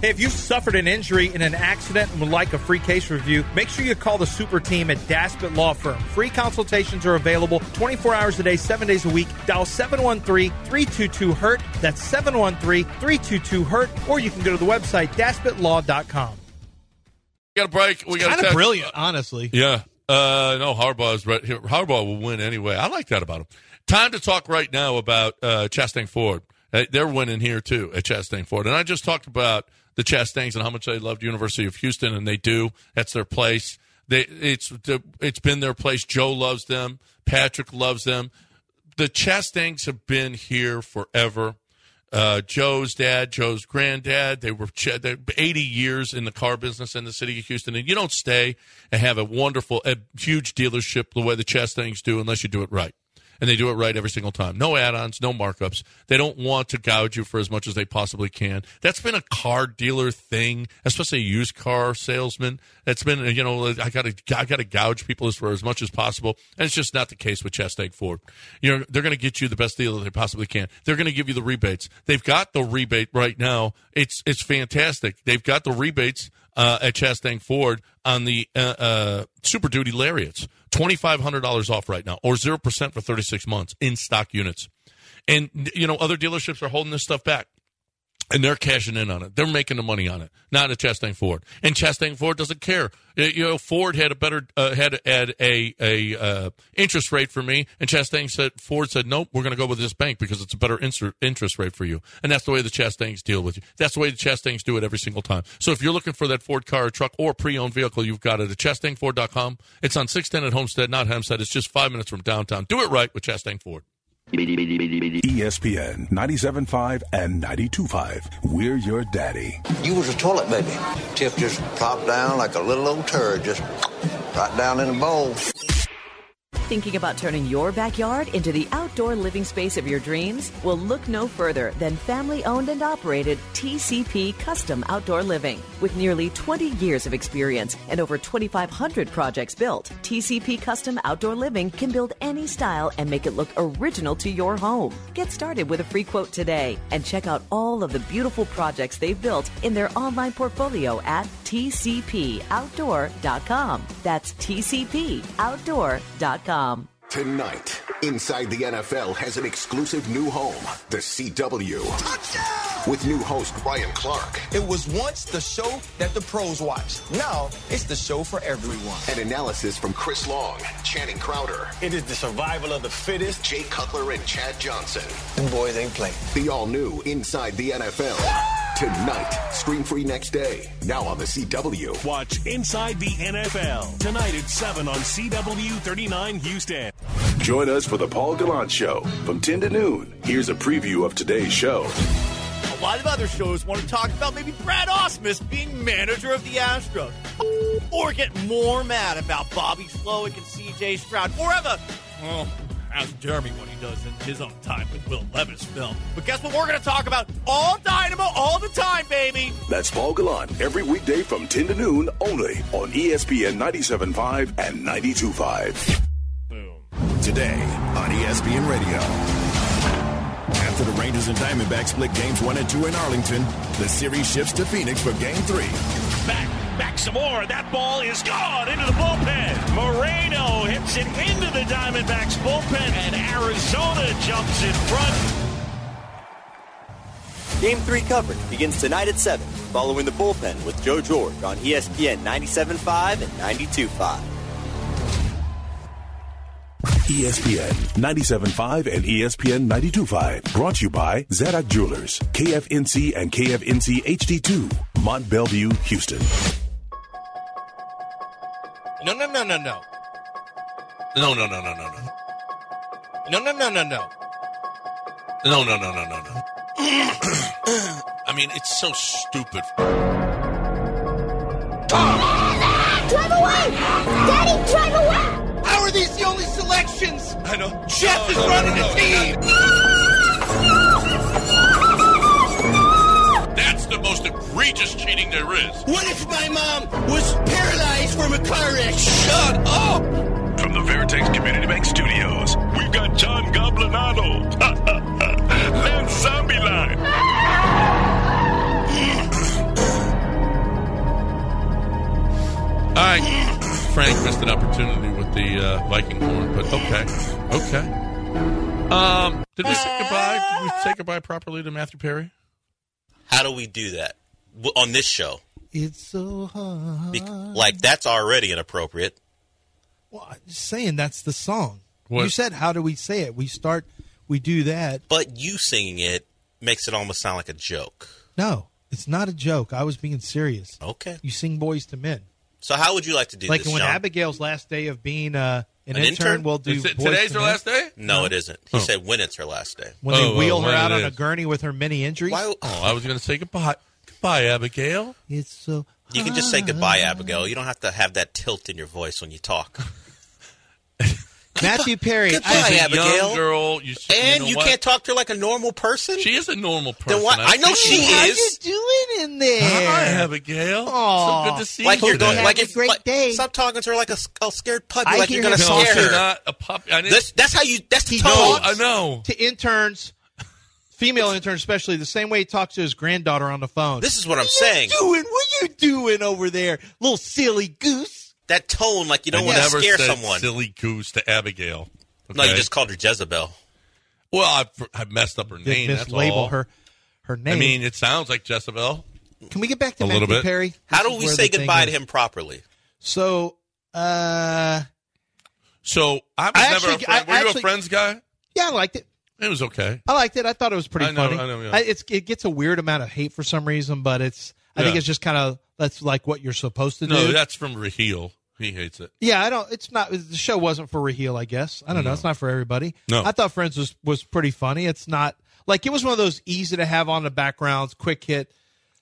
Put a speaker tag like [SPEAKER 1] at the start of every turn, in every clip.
[SPEAKER 1] Hey, if you've suffered an injury in an accident and would like a free case review, make sure you call the super team at Daspit Law Firm. Free consultations are available 24 hours a day, 7 days a week. Dial 713-322-HURT. E That's 713-322-HURT. E Or you can go to the website, daspitlaw.com.
[SPEAKER 2] We got a break. We got a
[SPEAKER 3] Kind of
[SPEAKER 2] text.
[SPEAKER 3] brilliant, honestly.
[SPEAKER 2] Yeah. Uh, no, Harbaugh's right here. Harbaugh will win anyway. I like that about him. Time to talk right now about uh, Chastain Ford. Uh, They're winning here too at Chastain Ford. And I just talked about the Chastains and how much they loved University of Houston, and they do. That's their place. They it's it's been their place. Joe loves them. Patrick loves them. The Chastains have been here forever uh, Joe's dad, Joe's granddad. They were ch- they're 80 years in the car business in the city of Houston, and you don't stay and have a wonderful, a huge dealership the way the Chastains do unless you do it right. And they do it right every single time. No add-ons, no markups. They don't want to gouge you for as much as they possibly can. That's been a car dealer thing, especially a used car salesman. That's been, you know, I gotta, I gotta gouge people as for as much as possible. And it's just not the case with Chastain Ford. You know, they're going to get you the best deal that they possibly can. They're going to give you the rebates. They've got the rebate right now. It's it's fantastic. They've got the rebates uh, at Chastain Ford on the uh, uh, Super Duty Lariats. Twenty five hundred dollars off right now, or zero percent for thirty six months in stock units. And you know, other dealerships are holding this stuff back and they're cashing in on it. They're making the money on it, not a Chastain Ford. And Chastain Ford doesn't care. Uh, You know, Ford had a better uh, had had a a uh, interest rate for me, and Chastain said Ford said nope, we're going to go with this bank because it's a better inser- interest rate for you. And that's the way the Chastains deal with you. That's the way the Chastains do it every single time. So if you're looking for that Ford car or truck or pre-owned vehicle, you've got it at ChastainFord.com. It's on 610 at Homestead, not Hempstead. It's just five minutes from downtown. Do it right with Chastain Ford.
[SPEAKER 4] E ESPN 97.5 and 92.5. We're your daddy.
[SPEAKER 5] You was a toilet baby. Tip just plopped down like a little old turd, just right down in the bowl.
[SPEAKER 6] Thinking about turning your backyard into the outdoor living space of your dreams? Well, look no further than family owned and operated TCP Custom Outdoor Living. With nearly 20 years of experience and over 2,500 projects built, TCP Custom Outdoor Living can build any style and make it look original to your home. Get started with a free quote today and check out all of the beautiful projects they've built in their online portfolio at tcpoutdoor.com. That's tcpoutdoor.com.
[SPEAKER 7] Tonight, Inside the NFL has an exclusive new home, The CW. With new host Ryan Clark
[SPEAKER 8] It was once the show that the pros watched. Now it's the show for everyone.
[SPEAKER 7] and analysis from Chris Long, Channing Crowder,
[SPEAKER 9] It is the survival of the fittest.
[SPEAKER 7] Jay Cutler, and Chad Johnson.
[SPEAKER 8] Them boys ain't playing.
[SPEAKER 7] The all new Inside the NFL. Tonight, stream free next day, now on The CW.
[SPEAKER 9] Watch Inside the NFL tonight at 7 on CW 39 Houston.
[SPEAKER 4] Join us for the Paul Gallant Show from 10 to noon. Here's a preview of today's show.
[SPEAKER 10] A lot of other shows want to talk about maybe Brad Osmus being manager of the Astros. Or get more mad about Bobby Slowick and CJ Stroud. Or have a, well, ask Jeremy what he does in his own time with Will Levis film. But guess what we're going to talk about? All Dynamo, all the time, baby.
[SPEAKER 4] That's Paul Gallant every weekday from 10 to noon only on E ESPN 97.5 and 92.5.
[SPEAKER 11] Today on E ESPN Radio. After the Rangers and Diamondbacks split games one and two in Arlington, the series shifts to Phoenix for game three.
[SPEAKER 9] Back, back some more. That ball is gone into the bullpen. Moreno hits it into the Diamondbacks bullpen, and Arizona jumps in front.
[SPEAKER 10] Game three coverage begins tonight at 7, following the bullpen with Joe George on E ESPN 97.5 and 92.5.
[SPEAKER 4] E ESPN 97.5 and E ESPN 92.5. Brought to you by Zadok Jewelers, KFNC and KFNC HD2, Mont Bellevue, Houston.
[SPEAKER 1] No, no, no, no, no.
[SPEAKER 2] No, no, no, no, no, no.
[SPEAKER 1] No, no, no, no, no.
[SPEAKER 2] No, no, no, no, no, no. I mean, it's so stupid.
[SPEAKER 12] Drive away! Daddy, drive away!
[SPEAKER 10] How are these the only selections?
[SPEAKER 2] I know.
[SPEAKER 10] Jeff is running the team.
[SPEAKER 2] That's the most egregious cheating there is.
[SPEAKER 10] What if my mom was paralyzed from a car wreck? Shut up!
[SPEAKER 4] From the Veritex Community Bank Studios, we've got John Goblinado, Lance Zombie Line,
[SPEAKER 2] Frank missed an opportunity with the uh, Viking horn, but okay, okay. Um, did we say goodbye? Did we say goodbye properly to Matthew Perry?
[SPEAKER 10] How do we do that W- on this show?
[SPEAKER 1] It's so hard.
[SPEAKER 10] Be- like that's already inappropriate.
[SPEAKER 1] Well, I'm just saying that's the song.
[SPEAKER 10] What?
[SPEAKER 1] You said, how do we say it? We start, we do that.
[SPEAKER 10] But you singing it makes it almost sound like a joke.
[SPEAKER 1] No, it's not a joke. I was being serious.
[SPEAKER 10] Okay.
[SPEAKER 1] You sing boys to men.
[SPEAKER 10] So how would you like to do
[SPEAKER 1] like
[SPEAKER 10] this,
[SPEAKER 1] when
[SPEAKER 10] Sean?
[SPEAKER 1] Abigail's last day of being uh, an,
[SPEAKER 10] An
[SPEAKER 1] intern,
[SPEAKER 10] intern?
[SPEAKER 1] we'll do
[SPEAKER 10] Is it-
[SPEAKER 1] Boys
[SPEAKER 10] today's
[SPEAKER 1] to
[SPEAKER 10] her
[SPEAKER 1] Men.
[SPEAKER 10] last Oh, day? No, it isn't.
[SPEAKER 1] Oh.
[SPEAKER 10] He said when it's her last day.
[SPEAKER 1] When they wheel her
[SPEAKER 2] when
[SPEAKER 1] out
[SPEAKER 2] it
[SPEAKER 1] on a
[SPEAKER 2] is.
[SPEAKER 1] gurney with her many injuries.
[SPEAKER 2] Oh, I was going to say goodbye. Goodbye, Abigail.
[SPEAKER 1] It's so.
[SPEAKER 10] You can just say goodbye, Abigail. You don't have to have that tilt in your voice when you talk.
[SPEAKER 1] Matthew Perry.
[SPEAKER 10] Goodbye,
[SPEAKER 1] I-
[SPEAKER 10] Abigail.
[SPEAKER 2] girl. You,
[SPEAKER 10] and you,
[SPEAKER 2] know what?
[SPEAKER 10] can't talk to her like a normal person.
[SPEAKER 2] She is a normal person.
[SPEAKER 10] Then why? I know she
[SPEAKER 1] How
[SPEAKER 10] is.
[SPEAKER 1] you doing in there?
[SPEAKER 2] Hi, Abigail.
[SPEAKER 1] Aw.
[SPEAKER 2] So good to see
[SPEAKER 10] Like
[SPEAKER 2] you.
[SPEAKER 10] you're going,
[SPEAKER 2] today.
[SPEAKER 10] like if, like, Stop talking to her like a, s- a scared puppy.
[SPEAKER 1] I
[SPEAKER 10] like you're
[SPEAKER 1] hear
[SPEAKER 10] gonna
[SPEAKER 1] him
[SPEAKER 10] scare
[SPEAKER 1] talking.
[SPEAKER 10] her.
[SPEAKER 2] Not a puppy. I didn't-
[SPEAKER 10] That's, that's how you. That's the
[SPEAKER 1] He
[SPEAKER 10] tone.
[SPEAKER 1] talks
[SPEAKER 2] know.
[SPEAKER 1] to interns, female interns especially, the same way he talks to his granddaughter on the phone.
[SPEAKER 10] This is what I'm
[SPEAKER 1] What
[SPEAKER 10] saying.
[SPEAKER 1] you doing? What you doing over there, little silly goose?
[SPEAKER 10] That tone, like you
[SPEAKER 2] I
[SPEAKER 10] don't want to
[SPEAKER 2] never
[SPEAKER 10] scare
[SPEAKER 2] said
[SPEAKER 10] someone.
[SPEAKER 2] Silly goose to Abigail.
[SPEAKER 10] No, you
[SPEAKER 2] okay?
[SPEAKER 10] just called her Jezebel.
[SPEAKER 2] Well, I've, I've messed up her name.
[SPEAKER 1] Did
[SPEAKER 2] That's
[SPEAKER 1] mislabel
[SPEAKER 2] all.
[SPEAKER 1] her her name.
[SPEAKER 2] I mean, it sounds like Jezebel.
[SPEAKER 1] Can we get back to
[SPEAKER 2] a little
[SPEAKER 1] Matthew
[SPEAKER 2] bit.
[SPEAKER 1] Perry?
[SPEAKER 10] How
[SPEAKER 1] This
[SPEAKER 10] do
[SPEAKER 1] is
[SPEAKER 10] we
[SPEAKER 1] where
[SPEAKER 10] say
[SPEAKER 1] the thing
[SPEAKER 10] goodbye to
[SPEAKER 1] is.
[SPEAKER 10] him properly?
[SPEAKER 1] So, uh,
[SPEAKER 2] So I was
[SPEAKER 1] I
[SPEAKER 2] never
[SPEAKER 1] actually-
[SPEAKER 2] a friend.
[SPEAKER 1] I
[SPEAKER 2] Were you a
[SPEAKER 1] actually-
[SPEAKER 2] friends guy?
[SPEAKER 1] yeah, I liked it.
[SPEAKER 2] It was okay.
[SPEAKER 1] I liked it. I thought it was pretty
[SPEAKER 2] I know,
[SPEAKER 1] funny.
[SPEAKER 2] I know, yeah.
[SPEAKER 1] it's, it gets a weird amount of hate for some reason, but it's. I think
[SPEAKER 2] Yeah.
[SPEAKER 1] it's just kind of that's like what you're supposed to
[SPEAKER 2] No,
[SPEAKER 1] do.
[SPEAKER 2] that's from Raheel. He hates it.
[SPEAKER 1] Yeah, I don't. It's not. The show wasn't for Raheel, I guess. I don't know. It's not for everybody.
[SPEAKER 2] No.
[SPEAKER 1] I thought Friends was was pretty funny. It's not like it was one of those easy to have on the backgrounds, quick hit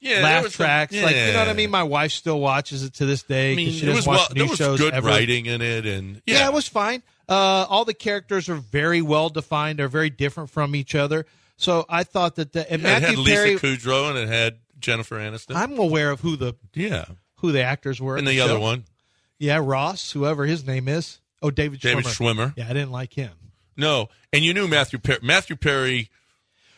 [SPEAKER 2] Yeah, there
[SPEAKER 1] laugh
[SPEAKER 2] was some-
[SPEAKER 1] tracks. Like you know what I
[SPEAKER 2] yeah.
[SPEAKER 1] mean. My wife still watches it to this day
[SPEAKER 2] I
[SPEAKER 1] because
[SPEAKER 2] mean,
[SPEAKER 1] she
[SPEAKER 2] it
[SPEAKER 1] doesn't
[SPEAKER 2] was
[SPEAKER 1] watch
[SPEAKER 2] well, there
[SPEAKER 1] new
[SPEAKER 2] was
[SPEAKER 1] shows
[SPEAKER 2] good
[SPEAKER 1] ever.
[SPEAKER 2] writing in it, and
[SPEAKER 1] Yeah.
[SPEAKER 2] yeah,
[SPEAKER 1] it was fine. Uh, all the characters are very well defined. They're very different from each other. So I thought that the and
[SPEAKER 2] Yeah, it had
[SPEAKER 1] Matthew
[SPEAKER 2] Lisa
[SPEAKER 1] Perry.
[SPEAKER 2] Kudrow and it had Jennifer Aniston.
[SPEAKER 1] I'm aware of who the
[SPEAKER 2] yeah,
[SPEAKER 1] who the actors were. in
[SPEAKER 2] and the other
[SPEAKER 1] show.
[SPEAKER 2] one,
[SPEAKER 1] yeah, Ross, whoever his name is. Oh, David
[SPEAKER 2] David Schwimmer.
[SPEAKER 1] Yeah, I didn't like him.
[SPEAKER 2] No, and you knew Matthew Perry. Matthew Perry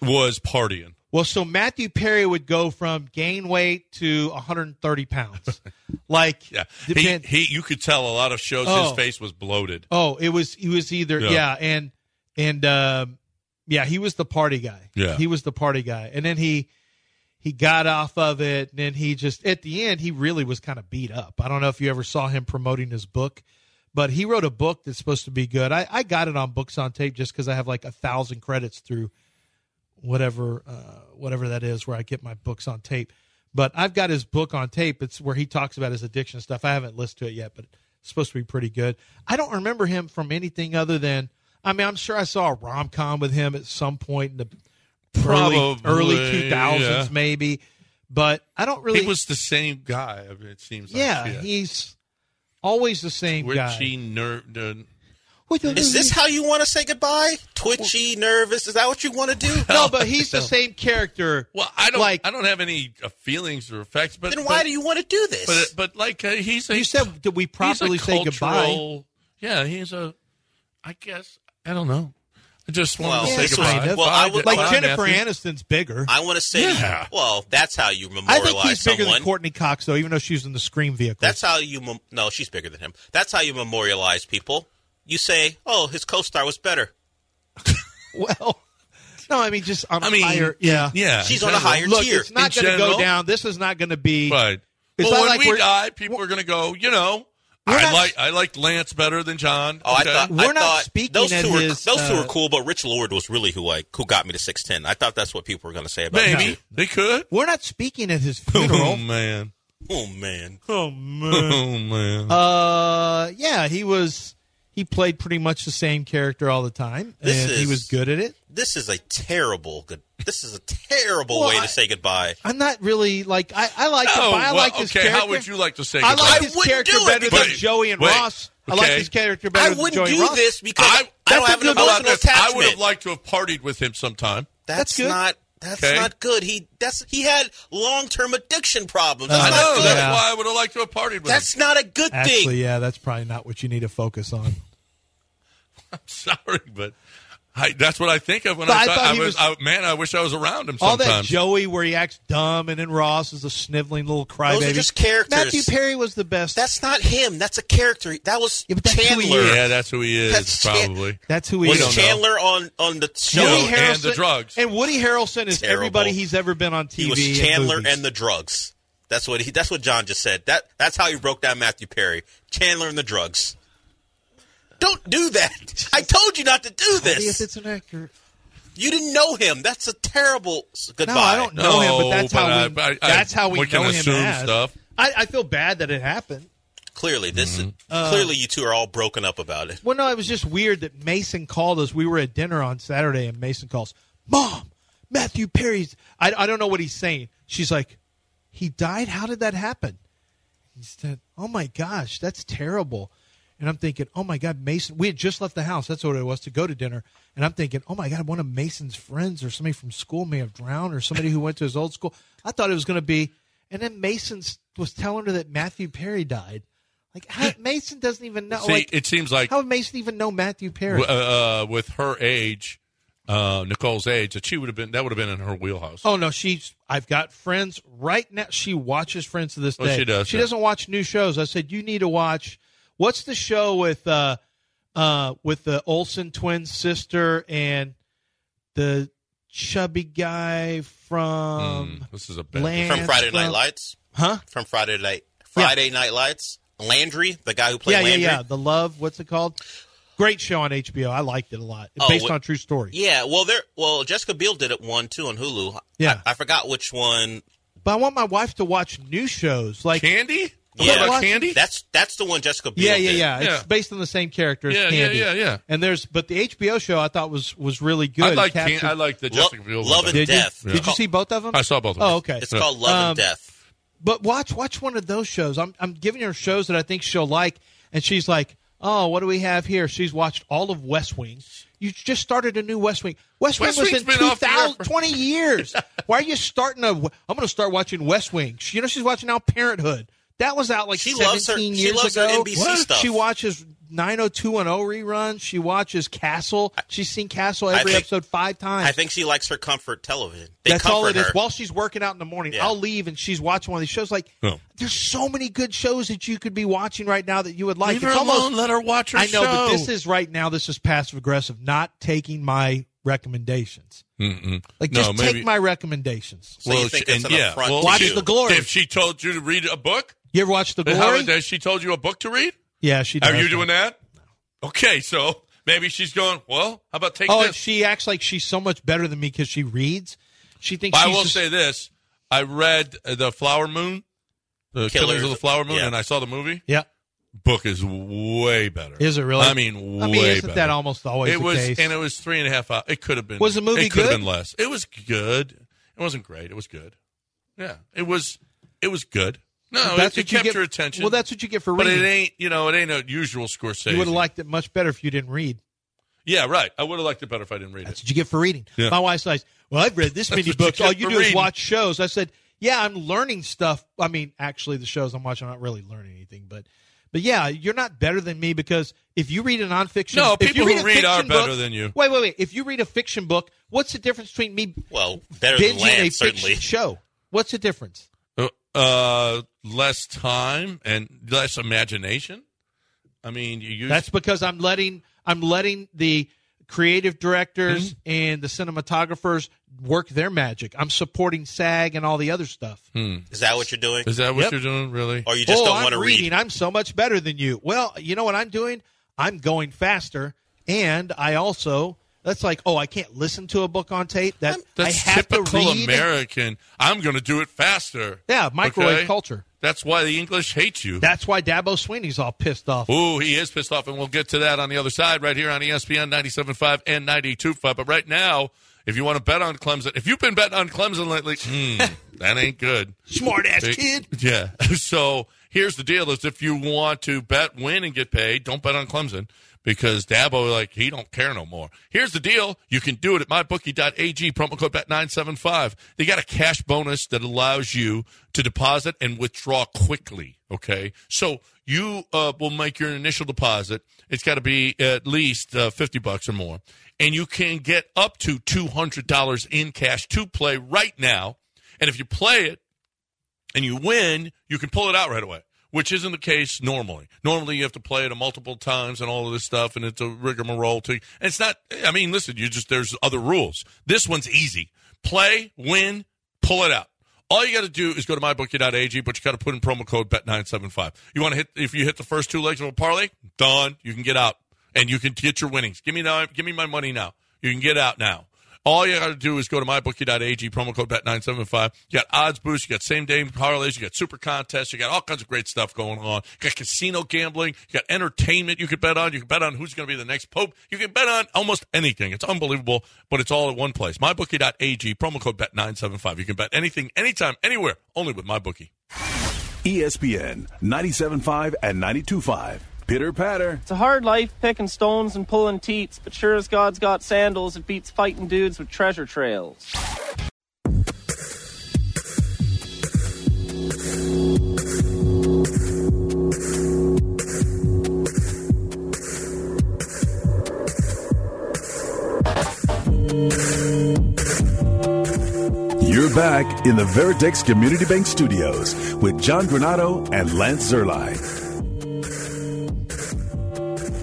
[SPEAKER 2] was partying.
[SPEAKER 1] Well, so Matthew Perry would go from gain weight to 130 pounds. like,
[SPEAKER 2] Yeah, he,
[SPEAKER 1] depend-
[SPEAKER 2] he. You could tell a lot of shows
[SPEAKER 1] Oh.
[SPEAKER 2] his face was bloated.
[SPEAKER 1] oh, it was he was either
[SPEAKER 2] Yeah.
[SPEAKER 1] yeah, and and um, yeah, he was the party guy.
[SPEAKER 2] Yeah.
[SPEAKER 1] he was the party guy, and then he he got off of it, and then he just at the end he really was kind of beat up. I don't know if you ever saw him promoting his book. But he wrote a book that's supposed to be good. I, I got it on books on tape just because I have like a thousand credits through whatever uh, whatever that is where I get my books on tape. But I've got his book on tape. It's where he talks about his addiction stuff. I haven't listened to it yet, but it's supposed to be pretty good. I don't remember him from anything other than I mean, I'm sure I saw a rom com with him at some point in the early
[SPEAKER 2] Probably,
[SPEAKER 1] early two thousands,
[SPEAKER 2] yeah.
[SPEAKER 1] maybe. But I don't Oh, really
[SPEAKER 2] He was the same guy. I mean, it seems.
[SPEAKER 1] Yeah,
[SPEAKER 2] like,
[SPEAKER 1] he's always the same guy.
[SPEAKER 2] Richie Ner- uh, Ner-
[SPEAKER 10] Is
[SPEAKER 1] Mm-hmm.
[SPEAKER 10] this how you want to say goodbye? Twitchy, nervous? Is that what you want to do?
[SPEAKER 1] no, but he's the same character.
[SPEAKER 2] Well, I don't.
[SPEAKER 1] Like-
[SPEAKER 2] I don't have any uh, feelings or effects. But
[SPEAKER 10] Then why
[SPEAKER 2] but-
[SPEAKER 10] do you want to do this?
[SPEAKER 2] But but like uh, he's a
[SPEAKER 1] You said, did we properly
[SPEAKER 2] he's a
[SPEAKER 1] say goodbye?
[SPEAKER 2] cultural- Yeah, he's a. I guess I don't know. I just want
[SPEAKER 10] Well,
[SPEAKER 2] to say
[SPEAKER 10] this
[SPEAKER 2] goodbye.
[SPEAKER 10] was- well, I would-
[SPEAKER 1] Like
[SPEAKER 10] Well,
[SPEAKER 1] Jennifer
[SPEAKER 2] Matthew.
[SPEAKER 1] Aniston's bigger.
[SPEAKER 10] I want to say,
[SPEAKER 2] Yeah.
[SPEAKER 10] well, that's how you memorialize
[SPEAKER 1] I think he's bigger
[SPEAKER 10] someone.
[SPEAKER 1] than Courtney Cox, though, even though she's in the Scream vehicle.
[SPEAKER 10] That's how you. Mem- no, she's bigger than him. That's how you memorialize people. You say, "Oh, his co-star was better."
[SPEAKER 1] well. No, I mean just on
[SPEAKER 2] I mean,
[SPEAKER 1] a higher. Yeah,
[SPEAKER 2] yeah,
[SPEAKER 10] She's on a
[SPEAKER 2] general.
[SPEAKER 10] higher
[SPEAKER 1] Look,
[SPEAKER 10] tier.
[SPEAKER 1] it's not
[SPEAKER 2] In
[SPEAKER 1] going to go
[SPEAKER 2] general-
[SPEAKER 1] down. This is not going to be.
[SPEAKER 2] Right.
[SPEAKER 1] It's
[SPEAKER 2] well,
[SPEAKER 1] not
[SPEAKER 2] when
[SPEAKER 1] like
[SPEAKER 2] we
[SPEAKER 1] we're-
[SPEAKER 2] die, people are going to go. You know,
[SPEAKER 1] We're
[SPEAKER 2] I
[SPEAKER 1] not-
[SPEAKER 2] like I liked Lance better than John.
[SPEAKER 10] Oh, I
[SPEAKER 2] Okay.
[SPEAKER 10] thought I
[SPEAKER 1] We're not
[SPEAKER 10] thought
[SPEAKER 1] speaking
[SPEAKER 10] those
[SPEAKER 1] at
[SPEAKER 10] two were
[SPEAKER 1] his,
[SPEAKER 10] those two
[SPEAKER 1] uh,
[SPEAKER 10] were cool, but Rich Lord was really who like who got me to six ten. I thought that's what people were going to say about
[SPEAKER 2] maybe
[SPEAKER 10] him.
[SPEAKER 2] they could.
[SPEAKER 1] We're not speaking at his
[SPEAKER 2] Oh
[SPEAKER 1] funeral.
[SPEAKER 2] man.
[SPEAKER 10] Oh man,
[SPEAKER 1] oh man.
[SPEAKER 2] Oh man.
[SPEAKER 1] Uh, yeah, he was. He played pretty much the same character all the time,
[SPEAKER 10] This
[SPEAKER 1] and he
[SPEAKER 10] is-
[SPEAKER 1] was good at it.
[SPEAKER 10] this is a terrible good. This is a terrible
[SPEAKER 1] Well,
[SPEAKER 10] way
[SPEAKER 1] I-
[SPEAKER 10] to say goodbye.
[SPEAKER 1] I'm not really like I. I like.
[SPEAKER 2] Oh,
[SPEAKER 1] him, but I
[SPEAKER 2] well,
[SPEAKER 1] like his
[SPEAKER 2] okay.
[SPEAKER 1] character.
[SPEAKER 2] How would you like to say?
[SPEAKER 1] I
[SPEAKER 2] goodbye?
[SPEAKER 1] like his
[SPEAKER 10] wouldn't
[SPEAKER 1] character
[SPEAKER 10] do it
[SPEAKER 1] better than
[SPEAKER 2] because-
[SPEAKER 1] Joey and
[SPEAKER 2] Wait,
[SPEAKER 1] Ross. I like
[SPEAKER 2] okay.
[SPEAKER 1] his character
[SPEAKER 10] I
[SPEAKER 1] better than
[SPEAKER 10] wouldn't
[SPEAKER 1] Joey
[SPEAKER 10] do
[SPEAKER 1] Ross.
[SPEAKER 10] this because I,
[SPEAKER 1] That's
[SPEAKER 10] don't
[SPEAKER 1] a
[SPEAKER 10] have
[SPEAKER 1] good
[SPEAKER 10] an
[SPEAKER 2] How about
[SPEAKER 10] emotional
[SPEAKER 2] this? I
[SPEAKER 10] attachment.
[SPEAKER 2] would have liked to have partied with him sometime.
[SPEAKER 10] That's,
[SPEAKER 1] That's good.
[SPEAKER 10] not. That's
[SPEAKER 2] Okay.
[SPEAKER 10] not good. He that's he had long term addiction problems. That's
[SPEAKER 2] I
[SPEAKER 10] not
[SPEAKER 2] know.
[SPEAKER 10] good.
[SPEAKER 2] Oh, That's
[SPEAKER 1] Yeah.
[SPEAKER 2] why I would have liked to have partied with
[SPEAKER 10] That's
[SPEAKER 2] him.
[SPEAKER 10] not a good
[SPEAKER 1] Actually,
[SPEAKER 10] thing.
[SPEAKER 1] yeah, that's probably not what you need to focus on.
[SPEAKER 2] Sorry, but I, that's what I think of when
[SPEAKER 1] But
[SPEAKER 2] I
[SPEAKER 1] I
[SPEAKER 2] thought,
[SPEAKER 1] thought
[SPEAKER 2] I
[SPEAKER 1] he
[SPEAKER 2] was,
[SPEAKER 1] was-
[SPEAKER 2] I- man, I wish I was around him
[SPEAKER 1] All
[SPEAKER 2] sometimes.
[SPEAKER 1] that Joey where he acts dumb, and then Ross is a sniveling little crybaby.
[SPEAKER 10] Those are just characters.
[SPEAKER 1] Matthew Perry was the best.
[SPEAKER 10] That's not him. That's a character. That was Chandler.
[SPEAKER 2] yeah, that's who he is,
[SPEAKER 10] That's Chan-
[SPEAKER 2] probably.
[SPEAKER 1] That's who he
[SPEAKER 2] We
[SPEAKER 10] was
[SPEAKER 1] is.
[SPEAKER 2] don't know.
[SPEAKER 10] Chandler on on the show
[SPEAKER 1] Woody Harrelson- And Woody Harrelson is
[SPEAKER 10] Terrible.
[SPEAKER 1] everybody he's ever been on TV.
[SPEAKER 10] He was
[SPEAKER 1] and
[SPEAKER 10] Chandler
[SPEAKER 1] movies.
[SPEAKER 10] and the drugs. That's what he. That's what John just said. That that's how he broke down Matthew Perry. Chandler and the drugs. Don't do that. I told you not to do
[SPEAKER 1] Yes,
[SPEAKER 10] this.
[SPEAKER 1] it's an accurate.
[SPEAKER 10] You didn't know him. That's a terrible s- goodbye.
[SPEAKER 1] I don't know him, but that's how we- that's how we
[SPEAKER 2] we can
[SPEAKER 1] know him
[SPEAKER 2] assume
[SPEAKER 1] as.
[SPEAKER 2] stuff.
[SPEAKER 1] I, I feel bad that it happened.
[SPEAKER 10] Clearly, this.
[SPEAKER 1] Uh,
[SPEAKER 10] clearly, you two are all broken up about it.
[SPEAKER 1] Well, no, it was just weird that Mason called us. We were at dinner on Saturday, and Mason calls, "Mom, Matthew Perry's." I, I don't know what he's saying. She's like, "He died. How did that happen?" He said, "Oh my gosh, that's terrible." And I'm thinking, "Oh my God, Mason." We had just left the house. That's what it was to go to dinner. And I'm thinking, "Oh my God, one of Mason's friends or somebody from school may have drowned, or somebody who went to his old school." I thought it was going to be. And then Mason s- was telling her that Matthew Perry died. Like how, Mason doesn't even know.
[SPEAKER 2] See,
[SPEAKER 1] like,
[SPEAKER 2] it seems like
[SPEAKER 1] how would Mason even know Matthew Perry?
[SPEAKER 2] w- uh, uh, with her age, uh, Nicole's age, that she would have been that would have been in her wheelhouse.
[SPEAKER 1] oh no, she's. I've got friends right now. She watches Friends to this
[SPEAKER 2] Oh,
[SPEAKER 1] day.
[SPEAKER 2] she does,
[SPEAKER 1] She
[SPEAKER 2] yeah.
[SPEAKER 1] doesn't watch new shows. I said you need to watch. What's the show with uh, uh, with the Olsen twin sister and the chubby guy from
[SPEAKER 2] Mm, This is a bad
[SPEAKER 1] Lance
[SPEAKER 10] From Friday Night
[SPEAKER 1] from-
[SPEAKER 10] Lights.
[SPEAKER 1] Huh?
[SPEAKER 10] From Friday Night. Friday Night Lights. Landry, the guy who played
[SPEAKER 1] Yeah, yeah,
[SPEAKER 10] Landry.
[SPEAKER 1] yeah. The Love. What's it called? Great show on HBO. I liked it a lot.
[SPEAKER 10] Oh,
[SPEAKER 1] Based
[SPEAKER 10] what-
[SPEAKER 1] on true story.
[SPEAKER 10] Yeah, well, there. Well, Jessica Biel did it one too on Hulu.
[SPEAKER 1] Yeah.
[SPEAKER 10] I, I forgot which one.
[SPEAKER 1] But I want my wife to watch new shows like
[SPEAKER 2] Candy.
[SPEAKER 1] Yeah.
[SPEAKER 10] Yeah,
[SPEAKER 1] Watch-
[SPEAKER 10] That's that's the one Jessica Biel.
[SPEAKER 1] Yeah, yeah,
[SPEAKER 10] did.
[SPEAKER 1] yeah. It's based on the same character as
[SPEAKER 2] Yeah, yeah,
[SPEAKER 1] Candy.
[SPEAKER 2] yeah, yeah.
[SPEAKER 1] And there's, but the HBO show I thought was was really good.
[SPEAKER 2] I
[SPEAKER 1] It
[SPEAKER 2] like
[SPEAKER 1] captured-
[SPEAKER 2] Can- I like the
[SPEAKER 10] Lo-
[SPEAKER 2] Jessica Biel. one
[SPEAKER 10] Love and
[SPEAKER 2] better.
[SPEAKER 1] Did you,
[SPEAKER 10] Death.
[SPEAKER 1] did you see both of them?
[SPEAKER 2] I saw both of them.
[SPEAKER 1] Oh, okay.
[SPEAKER 10] It's called Love and
[SPEAKER 1] Um,
[SPEAKER 10] Death.
[SPEAKER 1] But watch watch one of those shows. I'm I'm giving her shows that I think she'll like, and she's like, "Oh, what do we have here?" She's watched all of West Wing. You just started a new West Wing. West,
[SPEAKER 2] West
[SPEAKER 1] Wing was
[SPEAKER 2] Wing's
[SPEAKER 1] in
[SPEAKER 2] been off the air
[SPEAKER 1] 2000,
[SPEAKER 2] for-
[SPEAKER 1] 20 years. Why are you starting a? I'm going to start watching West Wing. She, you know, she's watching now Parenthood. That was out like
[SPEAKER 10] She
[SPEAKER 1] 17
[SPEAKER 10] loves her-
[SPEAKER 1] years
[SPEAKER 10] she loves her
[SPEAKER 1] ago.
[SPEAKER 10] NBC stuff.
[SPEAKER 1] She watches 90210 reruns. She watches Castle. She's seen Castle
[SPEAKER 10] I
[SPEAKER 1] every
[SPEAKER 10] think-
[SPEAKER 1] episode five times.
[SPEAKER 10] I think she likes her comfort television. They
[SPEAKER 1] That's
[SPEAKER 10] comfort
[SPEAKER 1] all it is.
[SPEAKER 10] her.
[SPEAKER 1] While she's working out in the morning,
[SPEAKER 10] Yeah. Hmm.
[SPEAKER 1] I'll leave and she's watching one of these shows. Like,
[SPEAKER 2] No.
[SPEAKER 1] there's so many good shows that you could be watching right now that you would like.
[SPEAKER 2] Leave her alone. Let her watch her
[SPEAKER 1] I know, but
[SPEAKER 2] show.
[SPEAKER 1] this is right now. This is passive aggressive, not taking my recommendations.
[SPEAKER 2] Mm-mm.
[SPEAKER 1] Like,
[SPEAKER 2] No,
[SPEAKER 1] just
[SPEAKER 2] maybe-
[SPEAKER 1] take my recommendations.
[SPEAKER 10] So you think that's
[SPEAKER 2] and
[SPEAKER 10] an
[SPEAKER 2] yeah,
[SPEAKER 10] affront
[SPEAKER 2] well,
[SPEAKER 10] to
[SPEAKER 1] Watch
[SPEAKER 10] you.
[SPEAKER 1] The Glory.
[SPEAKER 2] If she told you to read a book,
[SPEAKER 1] You ever watched The
[SPEAKER 2] Is how
[SPEAKER 1] Glory?
[SPEAKER 2] it- that she told you a book to read?
[SPEAKER 1] Yeah, she.
[SPEAKER 2] Are
[SPEAKER 1] does.
[SPEAKER 2] you doing that? Okay, so maybe she's going. Well, how about take
[SPEAKER 1] Oh, and
[SPEAKER 2] this?
[SPEAKER 1] she acts like she's so much better than me because she reads. She thinks.
[SPEAKER 2] I
[SPEAKER 1] she's
[SPEAKER 2] will
[SPEAKER 1] just-
[SPEAKER 2] say this: I read uh, the Flower Moon, the Killers,
[SPEAKER 10] Killers,
[SPEAKER 2] of the Flower Moon,
[SPEAKER 10] yeah.
[SPEAKER 2] and I saw the movie.
[SPEAKER 1] Yeah.
[SPEAKER 2] Book is way better.
[SPEAKER 1] Is it really?
[SPEAKER 2] I mean, way
[SPEAKER 1] I mean, isn't
[SPEAKER 2] better.
[SPEAKER 1] that almost always
[SPEAKER 2] it
[SPEAKER 1] the
[SPEAKER 2] was,
[SPEAKER 1] case?
[SPEAKER 2] and it was three and a half hours. It could have been.
[SPEAKER 1] Was the movie
[SPEAKER 2] it could Have
[SPEAKER 1] good?
[SPEAKER 2] been less. It was good. It wasn't great. It was good. Yeah, it was. It was good. No,
[SPEAKER 1] That's
[SPEAKER 2] it,
[SPEAKER 1] what
[SPEAKER 2] it
[SPEAKER 1] you
[SPEAKER 2] kept
[SPEAKER 1] get-
[SPEAKER 2] your attention.
[SPEAKER 1] well, that's what you get for
[SPEAKER 2] But it
[SPEAKER 1] reading.
[SPEAKER 2] ain't. You know, it ain't a usual Scorsese.
[SPEAKER 1] you would have liked it much better if you didn't read.
[SPEAKER 2] Yeah, right. I would have liked it better if I didn't read
[SPEAKER 1] That's
[SPEAKER 2] it.
[SPEAKER 1] what you get for reading.
[SPEAKER 2] Yeah.
[SPEAKER 1] My wife's like, well, I've read this
[SPEAKER 2] That's
[SPEAKER 1] many
[SPEAKER 2] what you
[SPEAKER 1] books.
[SPEAKER 2] get
[SPEAKER 1] All you
[SPEAKER 2] for
[SPEAKER 1] do is
[SPEAKER 2] reading."
[SPEAKER 1] watch shows. I said, yeah, I'm learning stuff. I mean, actually, the shows I'm watching, I'm not really learning anything, but. But yeah, you're not better than me because if you read a nonfiction,
[SPEAKER 2] No,
[SPEAKER 1] if
[SPEAKER 2] people
[SPEAKER 1] you read
[SPEAKER 2] who
[SPEAKER 1] a
[SPEAKER 2] read are
[SPEAKER 1] fiction
[SPEAKER 2] better
[SPEAKER 1] book-
[SPEAKER 2] than you.
[SPEAKER 1] Wait, wait, wait. If you read a fiction book, what's the difference between me
[SPEAKER 10] Well, better
[SPEAKER 1] binging
[SPEAKER 10] than
[SPEAKER 1] a
[SPEAKER 10] Lance,
[SPEAKER 1] fiction
[SPEAKER 10] certainly.
[SPEAKER 1] show? What's the difference?
[SPEAKER 2] Uh, uh, less time and less imagination. I mean, you use
[SPEAKER 1] That's because I'm letting I'm letting the creative directors
[SPEAKER 2] Hmm?
[SPEAKER 1] and the cinematographers work their magic. I'm supporting SAG and all the other stuff.
[SPEAKER 10] Is that what you're doing?
[SPEAKER 2] Is that what
[SPEAKER 1] Yep.
[SPEAKER 2] you're doing, really?
[SPEAKER 10] Or you just
[SPEAKER 1] oh,
[SPEAKER 10] don't
[SPEAKER 1] I'm
[SPEAKER 10] want to
[SPEAKER 1] reading.
[SPEAKER 10] read?
[SPEAKER 1] I'm so much better than you. Well, you know what I'm doing? I'm going faster, and I also that's like, oh, I can't listen to a book on tape. That
[SPEAKER 2] That's
[SPEAKER 1] I have to
[SPEAKER 2] typical
[SPEAKER 1] read.
[SPEAKER 2] American. I'm going to do it faster.
[SPEAKER 1] Yeah, microwave
[SPEAKER 2] Okay?
[SPEAKER 1] culture.
[SPEAKER 2] That's why the English hate you.
[SPEAKER 1] That's why Dabo Sweeney's all pissed off.
[SPEAKER 2] Ooh, he is pissed off, and we'll get to that on the other side right here on E ESPN 97.5 and 92.5. But right now, if you want to bet on Clemson, if you've been betting on Clemson lately, hmm, that ain't good.
[SPEAKER 1] Smart ass
[SPEAKER 2] They-
[SPEAKER 1] kid.
[SPEAKER 2] Yeah. So here's the deal: is if you want to bet, win, and get paid, don't bet on Clemson because Dabo like he don't care no more. Here's the deal: you can do it at mybookie.ag promo code bet nine seven five. They got a cash bonus that allows you to deposit and withdraw quickly. Okay, so you uh, will make your initial deposit. It's got to be at least uh, fifty bucks or more, and you can get up to two hundred dollars in cash to play right now. And if you play it and you win, you can pull it out right away, which isn't the case normally. Normally, you have to play it a multiple times and all of this stuff, and it's a rigmarole. To, and it's not. I mean, listen, you just there's other rules. This one's easy: play, win, pull it out. All you got to do is go to mybookie.ag, but you got to put in promo code bet975. You want to hit if you hit the first two legs of a parlay, done. You can get out and you can get your winnings. Give me now, give me my money now. You can get out now. All you got to do is go to mybookie.ag, promo code bet975. You got odds boost, you got same day parlays, you got super contests, you got all kinds of great stuff going on. You got casino gambling, you got entertainment you can bet on. You can bet on who's going to be the next pope. You can bet on almost anything. It's unbelievable, but it's all at one place. Mybookie.ag, promo code bet975. You can bet anything, anytime, anywhere, only with mybookie.
[SPEAKER 4] E ESPN 97.5 and 92.5. Pitter patter.
[SPEAKER 13] It's a hard life picking stones and pulling teats, but sure as God's got sandals, it beats fighting dudes with treasure trails.
[SPEAKER 4] You're back in the Veritex Community Bank Studios with John Granado and Lance Zerline.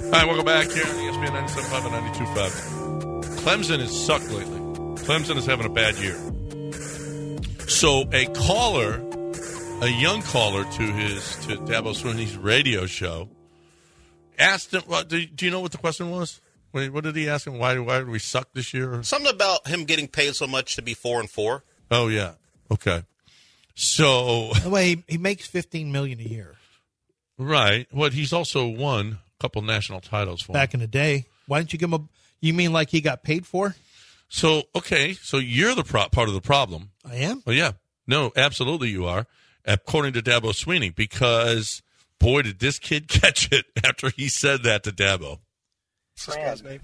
[SPEAKER 2] All right, welcome back here on E ESPN 97.5 and 92.5. Clemson has sucked lately. Clemson is having a bad year. So a caller, a young caller to his to Dabo Swinney's radio show, asked him. Well, do, do you know what the question was? Wait, what did he ask him? Why why do we suck this year?
[SPEAKER 10] Something about him getting paid so much to be four and four.
[SPEAKER 2] Oh yeah, okay. So
[SPEAKER 1] By the way, he, he makes fifteen million a year
[SPEAKER 2] right, what he's also won a couple national titles for.
[SPEAKER 1] back in the day. Why didn't you give him a? You mean like he got paid for?
[SPEAKER 2] So okay, so you're the pro- part of the problem.
[SPEAKER 1] I am.
[SPEAKER 2] Well, yeah. No, absolutely you are, according to Dabo Sweeney, because boy, did this kid catch it after he said that to Dabo.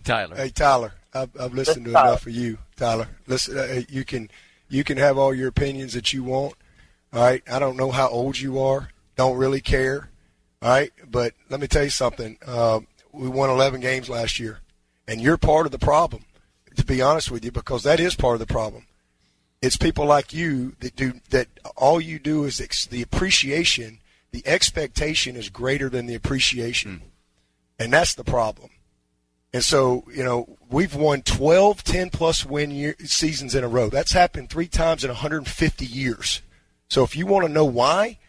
[SPEAKER 2] Tyler.
[SPEAKER 7] Hey Tyler, I've, I've listened to
[SPEAKER 2] Tyler.
[SPEAKER 7] enough of you, Tyler. Listen, uh, you can you can have all your opinions that you want. All right, I don't know how old you are. Don't really care. All right, but let me tell you something. Um, we won 11 games last year, and you're part of the problem. To be honest with you, because that is part of the problem. It's people like you that do that. All you do is ex- the appreciation. The expectation is greater than the appreciation, and that's the problem. And so, you know, we've won 12 10 plus win year, seasons in a row. That's happened three times in 150 years. So if you want to know why,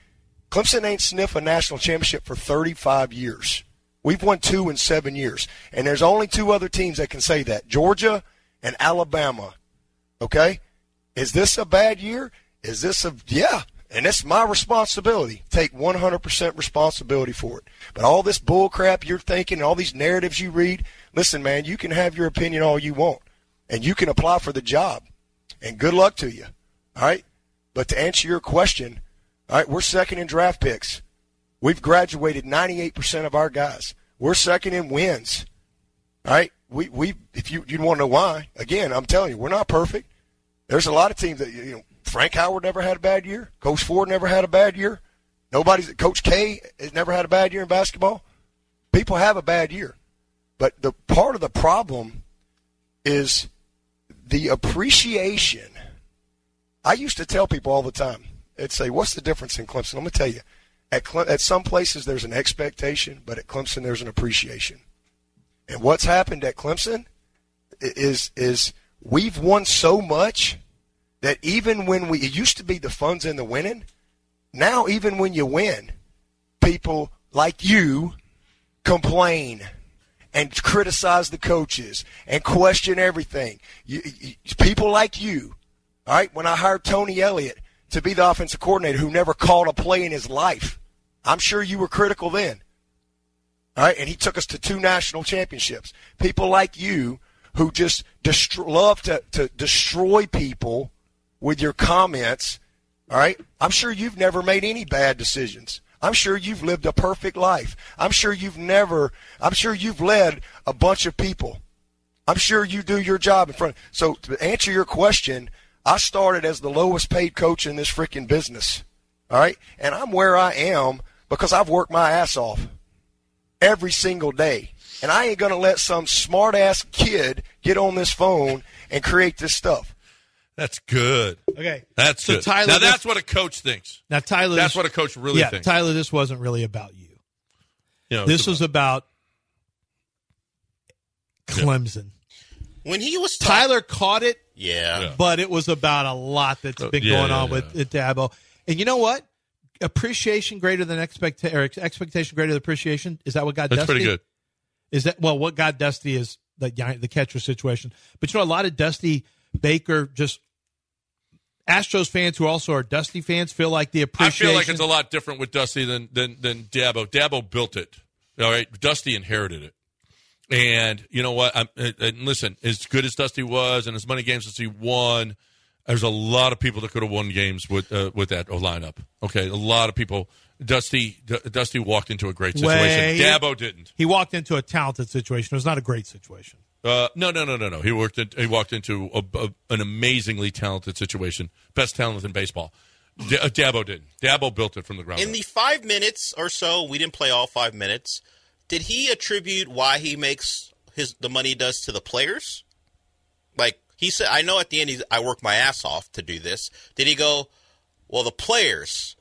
[SPEAKER 7] Clemson ain't sniffed a national championship for 35 years. We've won two in seven years. And there's only two other teams that can say that Georgia and Alabama. Okay? Is this a bad year? Is this a, yeah. And it's my responsibility. Take 100% responsibility for it. But all this bull crap you're thinking, all these narratives you read, listen, man, you can have your opinion all you want. And you can apply for the job. And good luck to you. All right? But to answer your question, all right, we're second in draft picks. We've graduated 98% of our guys. We're second in wins. All right, we we if you you want to know why? Again, I'm telling you, we're not perfect. There's a lot of teams that you know. Frank Howard never had a bad year. Coach Ford never had a bad year. Nobody's Coach K has never had a bad year in basketball. People have a bad year, but the part of the problem is the appreciation. I used to tell people all the time. I'd say, "What's the difference in Clemson?" I'm gonna tell you. At Cle- at some places there's an expectation, but at Clemson there's an appreciation. And what's happened at Clemson i- is is we've won so much that even when we it used to be the fun's in the winning, now even when you win, people like you complain and criticize the coaches and question everything. You, you, people like you, all right. When I hired Tony Elliott to be the offensive coordinator, who never called a play in his life, I'm sure you were critical then. All right, and he took us to two national championships. People like you who just destro- love to, to destroy people with your comments. All right, I'm sure you've never made any bad decisions. I'm sure you've lived a perfect life. I'm sure you've never, I'm sure you've led a bunch of people. I'm sure you do your job in front. So to answer your question, I started as the lowest paid coach in this freaking business. All right. And I'm where I am because I've worked my ass off every single day. And I ain't going to let some smart ass kid get on this phone and create this stuff.
[SPEAKER 2] That's good.
[SPEAKER 1] Okay.
[SPEAKER 2] That's
[SPEAKER 1] So
[SPEAKER 2] good.
[SPEAKER 1] Tyler,
[SPEAKER 2] now
[SPEAKER 1] this-
[SPEAKER 2] that's what a coach thinks.
[SPEAKER 1] Now, Tyler,
[SPEAKER 2] that's
[SPEAKER 1] this-
[SPEAKER 2] what a coach really
[SPEAKER 1] yeah,
[SPEAKER 2] thinks.
[SPEAKER 1] Tyler, this wasn't really about you.
[SPEAKER 2] You know, it's
[SPEAKER 1] this was about Clemson.
[SPEAKER 10] When he was
[SPEAKER 1] Tyler caught it,
[SPEAKER 10] Yeah.
[SPEAKER 1] but it was about a lot that's
[SPEAKER 2] Oh,
[SPEAKER 1] been
[SPEAKER 10] yeah,
[SPEAKER 1] going
[SPEAKER 10] yeah,
[SPEAKER 1] on with with Dabo. And you know what? Appreciation greater than expectation, or ex- expectation greater than appreciation. Is that what got
[SPEAKER 2] That's
[SPEAKER 1] Dusty?
[SPEAKER 2] pretty good.
[SPEAKER 1] Is that well? What got Dusty is the guy- the catcher situation. But you know, a lot of Dusty Baker just Astros fans who also are Dusty fans feel like the
[SPEAKER 2] I
[SPEAKER 1] appreciation.
[SPEAKER 2] feel like it's a lot different with Dusty than than than Dabo. Dabo built it. All right, Dusty inherited it. And you know what? I'm, and and listen, as good as Dusty was, and as many games as he won, there's a lot of people that could have won games with uh, with that lineup. Okay, a lot of people. Dusty D- Dusty walked into a great situation.
[SPEAKER 1] Way-
[SPEAKER 2] Dabo didn't.
[SPEAKER 1] He walked into a talented situation. It was not a great situation.
[SPEAKER 2] Uh, no, no, no, no, no. He worked. In, he walked into a, a, an amazingly talented situation. Best talent in baseball. D- uh, Dabo didn't. Dabo built it from the ground
[SPEAKER 10] In
[SPEAKER 2] up.
[SPEAKER 10] the five minutes or so, we didn't play all five minutes. Did he attribute why he makes his the money he does to the players? Like he said, I know at the end he's, I work my ass off to do this. Did he go? Well, the players.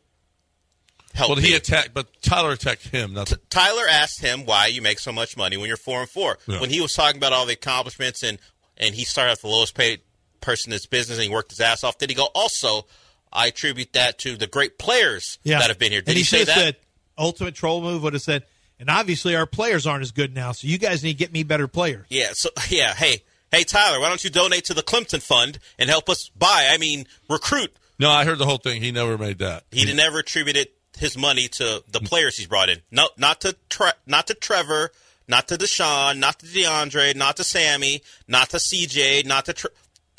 [SPEAKER 10] helped
[SPEAKER 2] well, he
[SPEAKER 10] me."
[SPEAKER 2] attacked, but Tyler attacked him. Not the,
[SPEAKER 10] Tyler asked him why you make so much money when you're four and four.
[SPEAKER 2] Yeah.
[SPEAKER 10] When he was talking about all the accomplishments and and he started off the lowest paid person in this business and he worked his ass off. Did he go? Also, I attribute that to the great players
[SPEAKER 1] yeah.
[SPEAKER 10] that have been here. Did
[SPEAKER 1] and
[SPEAKER 10] he, say
[SPEAKER 1] should've
[SPEAKER 10] that?
[SPEAKER 1] Said, Ultimate troll move would have said, and obviously our players aren't as good now, so you guys need to get me better players.
[SPEAKER 10] Yeah. So yeah. Hey, hey, Tyler, why don't you donate to the Clemson Fund and help us buy? I mean, recruit.
[SPEAKER 2] no, I heard the whole thing. He never made that.
[SPEAKER 10] He never attributed his money to the players he's brought in. No, not to tre- not to Trevor, not to Deshaun, not to DeAndre, not to Sammy, not to CJ, not to Tre-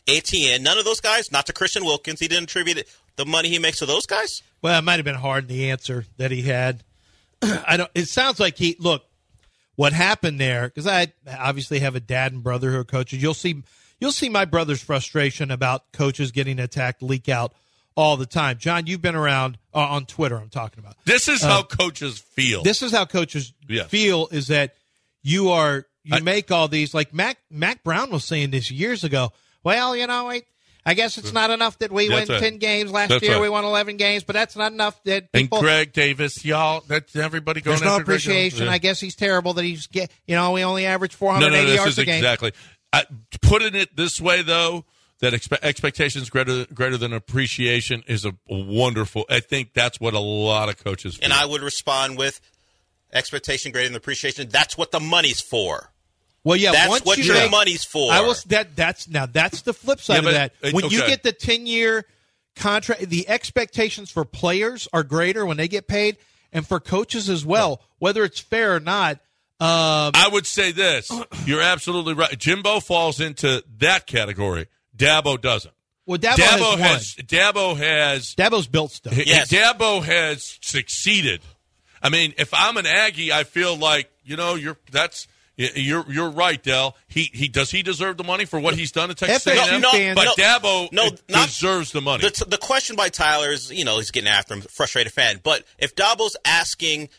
[SPEAKER 10] ATN. None of those guys. Not to Christian Wilkins. He didn't attribute it, the money he makes to those guys.
[SPEAKER 1] Well, it might have been hard in the answer that he had. I don't. It sounds like he look what happened there because I obviously have a dad and brother who are coaches. You'll see, you'll see my brother's frustration about coaches getting attacked, leak out all the time. John, you've been around uh, on Twitter. I'm talking about.
[SPEAKER 2] This is
[SPEAKER 1] Uh,
[SPEAKER 2] how coaches feel.
[SPEAKER 1] This is how coaches
[SPEAKER 2] Yes.
[SPEAKER 1] feel is that you are you make all these like Mac Mac Brown was saying this years ago. Well, you know, I, I guess it's not enough that we
[SPEAKER 2] That's
[SPEAKER 1] win
[SPEAKER 2] right.
[SPEAKER 1] ten games last
[SPEAKER 2] That's
[SPEAKER 1] year.
[SPEAKER 2] right.
[SPEAKER 1] We won eleven games, but that's not enough. That
[SPEAKER 2] and
[SPEAKER 1] people
[SPEAKER 2] Greg Davis, y'all. That's everybody going.
[SPEAKER 1] there's no
[SPEAKER 2] after Greg Davis.
[SPEAKER 1] appreciation.
[SPEAKER 2] Yeah.
[SPEAKER 1] I guess he's terrible that he's get. You know, we only average four
[SPEAKER 2] No,
[SPEAKER 1] hundred
[SPEAKER 2] no,
[SPEAKER 1] eighty
[SPEAKER 2] this
[SPEAKER 1] yards
[SPEAKER 2] is
[SPEAKER 1] a game.
[SPEAKER 2] exactly. I, putting it this way, though, that expe- expectations greater greater than appreciation is a wonderful. I think that's what a lot of coaches. Feel.
[SPEAKER 10] And I would respond with expectation greater than appreciation. That's what the money's for.
[SPEAKER 1] Well, yeah,
[SPEAKER 10] That's
[SPEAKER 1] once
[SPEAKER 10] what
[SPEAKER 1] you
[SPEAKER 10] your
[SPEAKER 1] make-
[SPEAKER 10] money's for.
[SPEAKER 1] I was that. That's now that's the flip side
[SPEAKER 2] Yeah,
[SPEAKER 1] of
[SPEAKER 2] but-
[SPEAKER 1] that.
[SPEAKER 2] uh,
[SPEAKER 1] When you
[SPEAKER 2] okay.
[SPEAKER 1] get the ten year contract, the expectations for players are greater when they get paid, and for coaches as well. Whether it's fair or not, um,
[SPEAKER 2] I would say this. You're absolutely right. Jimbo falls into that category. Dabo doesn't.
[SPEAKER 1] well, Dabo, has, won.
[SPEAKER 2] Dabo has
[SPEAKER 1] Dabo's built stuff.
[SPEAKER 2] H- Dabo has succeeded. I mean, if I'm an Aggie, I feel like you know you're that's y- you're you're right, Dell. He he does he deserve the money for what he's done at Texas
[SPEAKER 10] FSU
[SPEAKER 2] A&M?
[SPEAKER 10] fans-
[SPEAKER 2] but
[SPEAKER 10] No,
[SPEAKER 2] Dabo
[SPEAKER 10] no, not-
[SPEAKER 2] deserves the money.
[SPEAKER 10] The, t- the question by Tyler is, you know, he's getting after him, frustrated fan. But if Dabo's asking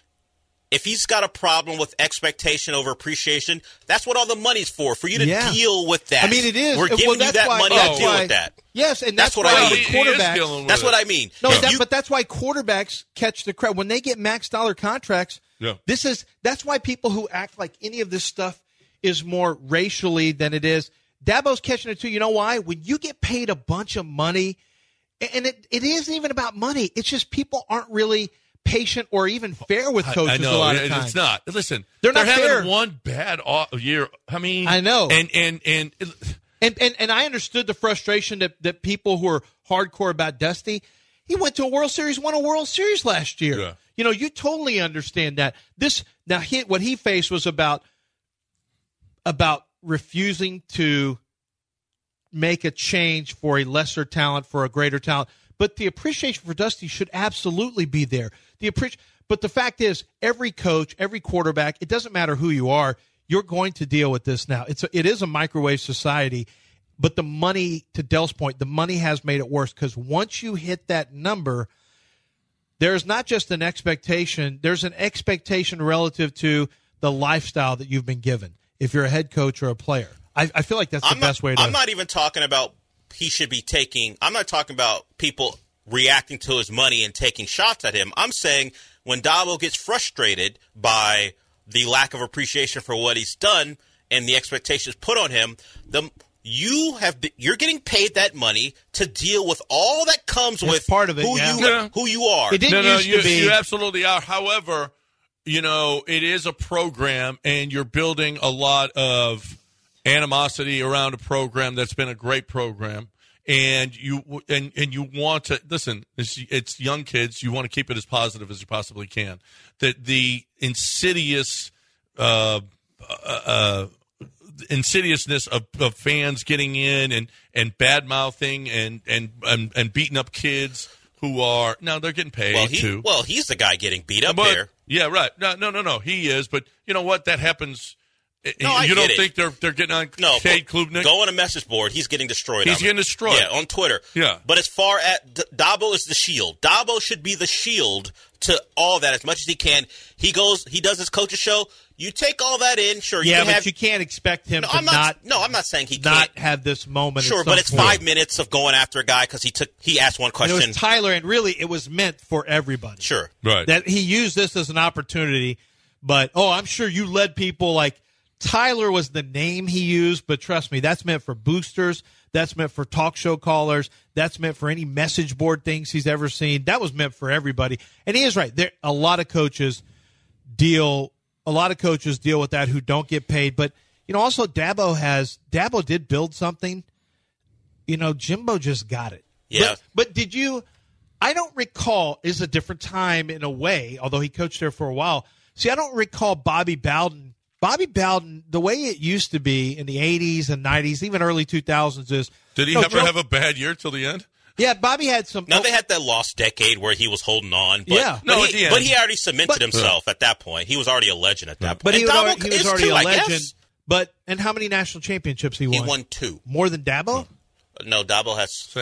[SPEAKER 10] if he's got a problem with expectation over appreciation, that's what all the money's for, for you to
[SPEAKER 1] Yeah.
[SPEAKER 10] deal with that.
[SPEAKER 1] I mean, it is.
[SPEAKER 10] We're
[SPEAKER 1] Well,
[SPEAKER 10] giving you
[SPEAKER 1] that's
[SPEAKER 10] that
[SPEAKER 1] why-
[SPEAKER 10] money
[SPEAKER 1] that's
[SPEAKER 10] to deal
[SPEAKER 1] why-
[SPEAKER 10] with that.
[SPEAKER 1] Yes, and
[SPEAKER 10] That's
[SPEAKER 1] that's,
[SPEAKER 10] what
[SPEAKER 1] why
[SPEAKER 10] I
[SPEAKER 1] the
[SPEAKER 10] mean. He is dealing
[SPEAKER 1] quarterbacks.
[SPEAKER 10] with That's it. what I mean.
[SPEAKER 1] No,
[SPEAKER 10] Yeah.
[SPEAKER 1] that,
[SPEAKER 10] You-
[SPEAKER 1] but that's why quarterbacks catch the crowd when they get max dollar contracts.
[SPEAKER 2] Yeah.
[SPEAKER 1] This is that's why people who act like any of this stuff is more racially than it is. Dabo's catching it too. You know why? When you get paid a bunch of money, a- and it, it isn't even about money. It's just people aren't really patient or even fair with
[SPEAKER 2] I-
[SPEAKER 1] coaches
[SPEAKER 2] I, know
[SPEAKER 1] a lot of
[SPEAKER 2] it-
[SPEAKER 1] times.
[SPEAKER 2] it's not. Listen,
[SPEAKER 1] They're not
[SPEAKER 2] having
[SPEAKER 1] fair.
[SPEAKER 2] one bad off year. I mean,
[SPEAKER 1] I know.
[SPEAKER 2] and and and
[SPEAKER 1] And and, and I understood the frustration that, that people who are hardcore about Dusty, he went to a World Series, won a World Series last year.
[SPEAKER 2] Yeah.
[SPEAKER 1] You know, you totally understand that. This now he, what he faced was about about refusing to make a change for a lesser talent for a greater talent. But the appreciation for Dusty should absolutely be there. The appreci- But the fact is, every coach, every quarterback, it doesn't matter who you are, you're going to deal with this now. It's a, it is a microwave society, but the money to Dell's point, the money has made it worse because once you hit that number, there's not just an expectation, there's an expectation relative to the lifestyle that you've been given if you're a head coach or a player. I, I feel like that's
[SPEAKER 10] I'm
[SPEAKER 1] the
[SPEAKER 10] not,
[SPEAKER 1] best way to.
[SPEAKER 10] I'm not even talking about he should be taking. I'm not talking about people reacting to his money and taking shots at him. I'm saying when Dabo gets frustrated by the lack of appreciation for what he's done and the expectations put on him, the you have be- you're getting paid that money to deal with all that comes
[SPEAKER 2] That's
[SPEAKER 10] with
[SPEAKER 2] part of it,
[SPEAKER 10] who
[SPEAKER 2] yeah.
[SPEAKER 10] you
[SPEAKER 2] Yeah.
[SPEAKER 10] who you are.
[SPEAKER 2] no, no, you, You absolutely are. However, you know it is a program, and you're building a lot of animosity around a program that's been a great program, and you and and you want to listen. It's, it's young kids. You want to keep it as positive as you possibly can. That the insidious. Uh, uh, uh, insidiousness of, of fans getting in and and bad mouthing and, and and and beating up kids who are now they're getting paid
[SPEAKER 10] well, he,
[SPEAKER 2] too.
[SPEAKER 10] well, he's the guy getting beat up
[SPEAKER 2] But-
[SPEAKER 10] there.
[SPEAKER 2] Yeah, right. No, no, no, no. He is, but you know what? That happens. Eh,
[SPEAKER 10] No, I
[SPEAKER 2] you
[SPEAKER 10] get
[SPEAKER 2] don't
[SPEAKER 10] it.
[SPEAKER 2] think they're they're getting on
[SPEAKER 10] No,
[SPEAKER 2] Cade
[SPEAKER 10] go-
[SPEAKER 2] Klubnik?
[SPEAKER 10] Go on a message board. He's getting destroyed.
[SPEAKER 2] He's
[SPEAKER 10] on it.
[SPEAKER 2] getting destroyed.
[SPEAKER 10] Yeah, on Twitter.
[SPEAKER 2] Yeah.
[SPEAKER 10] But as far as D- Dabo is the shield, Dabo should be the shield to all that as much as he can. He goes. He does his coach's show. You take all that in. Sure.
[SPEAKER 1] yeah,
[SPEAKER 10] you can
[SPEAKER 1] but
[SPEAKER 10] have,
[SPEAKER 1] you can't expect him
[SPEAKER 10] No,
[SPEAKER 1] to
[SPEAKER 10] I'm not,
[SPEAKER 1] not
[SPEAKER 10] No, I'm not saying he
[SPEAKER 1] not
[SPEAKER 10] can't.
[SPEAKER 1] have this moment. at
[SPEAKER 10] Sure,
[SPEAKER 1] some
[SPEAKER 10] but it's
[SPEAKER 1] point.
[SPEAKER 10] five minutes of going after a guy because he took he asked one
[SPEAKER 1] And
[SPEAKER 10] question.
[SPEAKER 1] It was Tyler, and really, it was meant for everybody.
[SPEAKER 10] Sure,
[SPEAKER 2] right.
[SPEAKER 1] That he used this as an opportunity, but oh, I'm sure you led people like Tyler was the name he used, but trust me, that's meant for boosters. That's meant for talk show callers. That's meant for any message board things he's ever seen. That was meant for everybody. And he is right. There, a lot of coaches deal a lot of coaches deal with that who don't get paid but you know also dabo has dabo did build something you know jimbo just got it
[SPEAKER 10] Yeah.
[SPEAKER 1] but, but did you i don't recall is a different time in a way although he coached there for a while see i don't recall bobby bowden bobby bowden the way it used to be in the 80s and 90s even early 2000s is
[SPEAKER 2] Did he
[SPEAKER 1] No,
[SPEAKER 2] ever
[SPEAKER 1] Joe-
[SPEAKER 2] have a bad year till the end?
[SPEAKER 1] yeah bobby had some
[SPEAKER 10] Now they had that lost decade where he was holding on, but,
[SPEAKER 1] Yeah.
[SPEAKER 10] but,
[SPEAKER 1] No, at the
[SPEAKER 10] he,
[SPEAKER 1] end.
[SPEAKER 10] but he already cemented
[SPEAKER 1] But-
[SPEAKER 10] himself at that point. He was already a legend at that point.
[SPEAKER 1] But he
[SPEAKER 10] And
[SPEAKER 1] was,
[SPEAKER 10] Dabo
[SPEAKER 1] already, he was
[SPEAKER 10] is
[SPEAKER 1] already
[SPEAKER 10] too,
[SPEAKER 1] a
[SPEAKER 10] I guess.
[SPEAKER 1] legend. But and how many national championships he won?
[SPEAKER 10] He won two.
[SPEAKER 1] More than Dabo?
[SPEAKER 10] No, Dabo has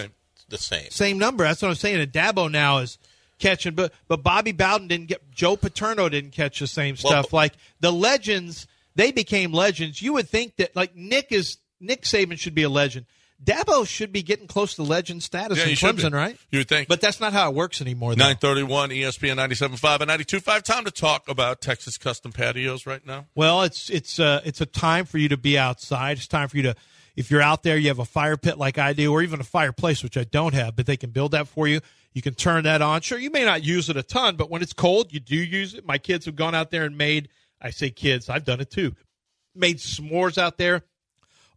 [SPEAKER 10] the same.
[SPEAKER 1] Same number. That's what I'm saying. And Dabo now is catching, but but Bobby Bowden didn't get. Joe Paterno didn't catch the same
[SPEAKER 10] Well,
[SPEAKER 1] stuff. like the legends, they became legends. You would think that like Nick is Nick Saban should be a legend. Dabo should be getting close to legend status
[SPEAKER 2] Yeah,
[SPEAKER 1] in
[SPEAKER 2] you should be.
[SPEAKER 1] Clemson, right?
[SPEAKER 2] You would think. E
[SPEAKER 1] But that's not how it works anymore. Though.
[SPEAKER 2] 931 ESPN 97.5 and 92.5. Time to talk about Texas Custom Patios right now.
[SPEAKER 1] Well, it's it's uh, it's a time for you to be outside. It's time for you to if you're out there, you have a fire pit like I do, or even a fireplace, which I don't have, but they can build that for you. You can turn that on. Sure, you may not use it a ton, but when it's cold, you do use it. My kids have gone out there and made I say kids, I've done it too. Made s'mores out there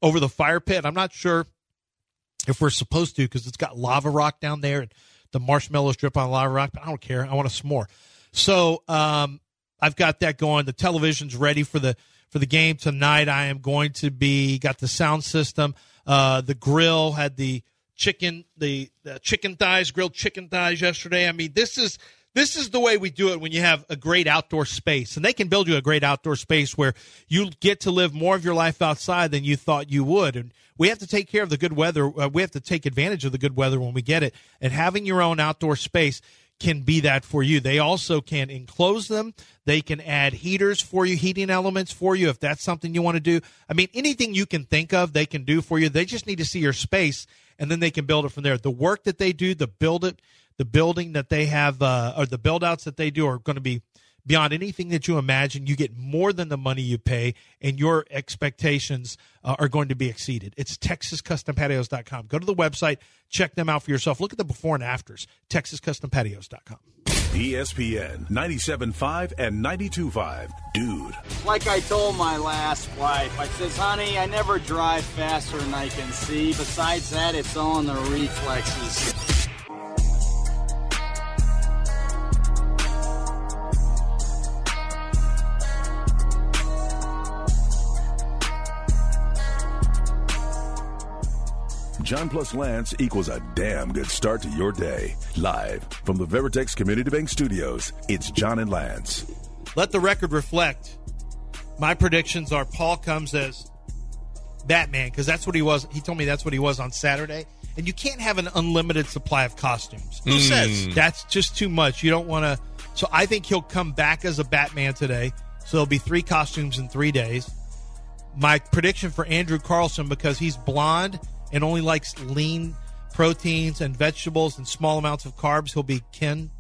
[SPEAKER 1] over the fire pit. I'm not sure if we're supposed to because it's got lava rock down there and the marshmallows drip on lava rock. But I don't care. I want a s'more. So um, I've got that going. The television's ready for the for the game tonight. I am going to be got the sound system. Uh, the grill had the chicken the, the chicken thighs grilled chicken thighs yesterday. I mean this is this is the way we do it when you have a great outdoor space and they can build you a great outdoor space where you get to live more of your life outside than you thought you would and we have to take care of the good weather uh, we have to take advantage of the good weather when we get it and having your own outdoor space can be that for you they also can enclose them they can add heaters for you heating elements for you if that's something you want to do i mean anything you can think of they can do for you they just need to see your space and then they can build it from there the work that they do the build it the building that they have uh, or the build outs that they do are going to be beyond anything that you imagine you get more than the money you pay and your expectations uh, are going to be exceeded it's texascustompatios.com go to the website check them out for yourself look at the before and afters texascustompatios.com
[SPEAKER 4] E ESPN 97.5 and 92.5. Dude.
[SPEAKER 14] Like I told my last wife, I says, honey, I never drive faster than I can see. Besides that, it's all in the reflexes.
[SPEAKER 4] John plus Lance equals a damn good start to your day. Live from the Veritex Community Bank Studios, it's John and Lance.
[SPEAKER 1] Let the record reflect. My predictions are Paul comes as Batman because that's what he was. He told me that's what he was on Saturday. And you can't have an unlimited supply of costumes.
[SPEAKER 10] Who Mm. says?
[SPEAKER 1] that's just too much? You don't want to. So I think he'll come back as a Batman today. So there'll be three costumes in three days. My prediction for Andrew Carlson because he's blonde and only likes lean proteins and vegetables and small amounts of carbs. He'll be Ken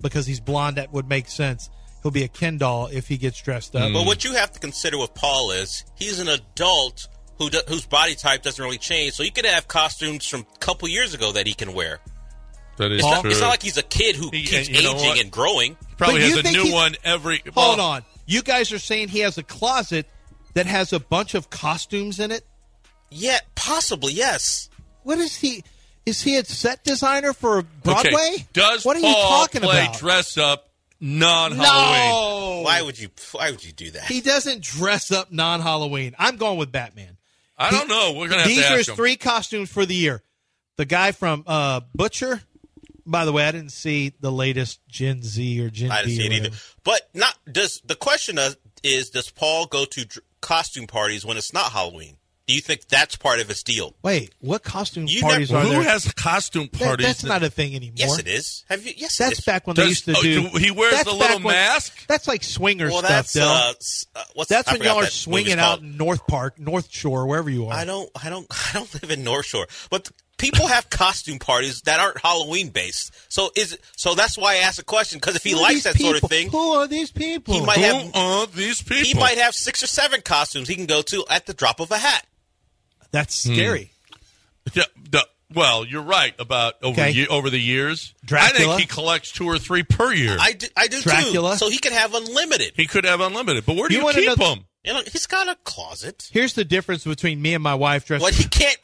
[SPEAKER 1] because he's blonde. That would make sense. He'll be a Ken doll if he gets dressed
[SPEAKER 2] Mm.
[SPEAKER 1] up.
[SPEAKER 10] But what you have to consider with Paul is he's an adult who do, whose body type doesn't really change. So you could have costumes from a couple years ago that he can wear.
[SPEAKER 2] That is
[SPEAKER 10] It's not,
[SPEAKER 2] true.
[SPEAKER 10] it's not like he's a kid who keeps
[SPEAKER 2] you know what?
[SPEAKER 10] aging and growing.
[SPEAKER 2] Probably
[SPEAKER 1] But
[SPEAKER 2] has
[SPEAKER 1] you
[SPEAKER 2] a
[SPEAKER 1] think
[SPEAKER 2] new
[SPEAKER 1] he's-
[SPEAKER 2] one every.
[SPEAKER 1] Hold
[SPEAKER 2] well,
[SPEAKER 1] on. You guys are saying he has a closet that has a bunch of costumes in it?
[SPEAKER 10] Yeah, possibly, yes.
[SPEAKER 1] What is he? Is he a set designer for Broadway?
[SPEAKER 2] Okay. Does
[SPEAKER 1] what are
[SPEAKER 2] Paul
[SPEAKER 1] you talking
[SPEAKER 2] play
[SPEAKER 1] about?
[SPEAKER 2] dress up non-Halloween?
[SPEAKER 1] No.
[SPEAKER 10] Why would you? Why would you do that?
[SPEAKER 1] he doesn't dress up non Halloween. I'm going with Batman.
[SPEAKER 2] I don't know. We're gonna have
[SPEAKER 1] These
[SPEAKER 2] to
[SPEAKER 1] are
[SPEAKER 2] ask
[SPEAKER 1] his
[SPEAKER 2] him.
[SPEAKER 1] three costumes for the year. The guy from uh, Butcher. By the way, I didn't see the latest Gen Z or Gen
[SPEAKER 10] I didn't
[SPEAKER 1] B
[SPEAKER 10] see
[SPEAKER 1] or
[SPEAKER 10] it either.
[SPEAKER 1] whatever.
[SPEAKER 10] But not does the question is, is does Paul go to dr- costume parties when it's not Halloween? Do you think that's part of his deal?
[SPEAKER 1] Wait, what costume
[SPEAKER 10] You
[SPEAKER 1] parties
[SPEAKER 10] never-
[SPEAKER 1] are
[SPEAKER 10] who
[SPEAKER 1] there?
[SPEAKER 10] has costume
[SPEAKER 1] That-
[SPEAKER 10] parties
[SPEAKER 1] that's
[SPEAKER 10] that-
[SPEAKER 1] not a thing anymore.
[SPEAKER 10] Yes, it is. Have you? Yes, it
[SPEAKER 1] That's
[SPEAKER 10] is. oh,
[SPEAKER 1] back when they used to do. that's back when- That's like swinger
[SPEAKER 10] Well,
[SPEAKER 1] stuff,
[SPEAKER 10] that's,
[SPEAKER 1] Del.
[SPEAKER 10] uh, s- uh, what's-
[SPEAKER 1] that's
[SPEAKER 10] I
[SPEAKER 1] when
[SPEAKER 10] forgot
[SPEAKER 1] y'all are
[SPEAKER 10] that
[SPEAKER 1] swinging
[SPEAKER 10] movie's
[SPEAKER 1] out in North Park, North Shore, wherever you are.
[SPEAKER 10] I don't. I don't. I don't live in North Shore, but th- people have costume parties that aren't Halloween based. So is so that's why I asked the question because if he
[SPEAKER 1] Who are
[SPEAKER 10] likes
[SPEAKER 1] these
[SPEAKER 10] that sort
[SPEAKER 1] people?
[SPEAKER 10] of thing,
[SPEAKER 1] Who are these people?
[SPEAKER 10] he might
[SPEAKER 2] Who
[SPEAKER 10] have
[SPEAKER 2] are these people?
[SPEAKER 10] he might have six or seven costumes he can go to at the drop of a hat.
[SPEAKER 1] That's
[SPEAKER 10] Hmm.
[SPEAKER 1] scary.
[SPEAKER 2] Yeah, the- well, you're right about over
[SPEAKER 1] Okay.
[SPEAKER 2] ye- over the years. I
[SPEAKER 1] Dracula?
[SPEAKER 2] think he collects two or three per year.
[SPEAKER 10] I do, I do
[SPEAKER 1] Dracula?
[SPEAKER 10] too. So he can have unlimited.
[SPEAKER 2] he could have unlimited, but where do
[SPEAKER 1] You
[SPEAKER 2] you,
[SPEAKER 1] wanna
[SPEAKER 2] keep
[SPEAKER 1] know-
[SPEAKER 2] them?
[SPEAKER 10] You know, he's got a closet.
[SPEAKER 1] Here's the difference between me and my wife dressed.
[SPEAKER 10] Like he can't.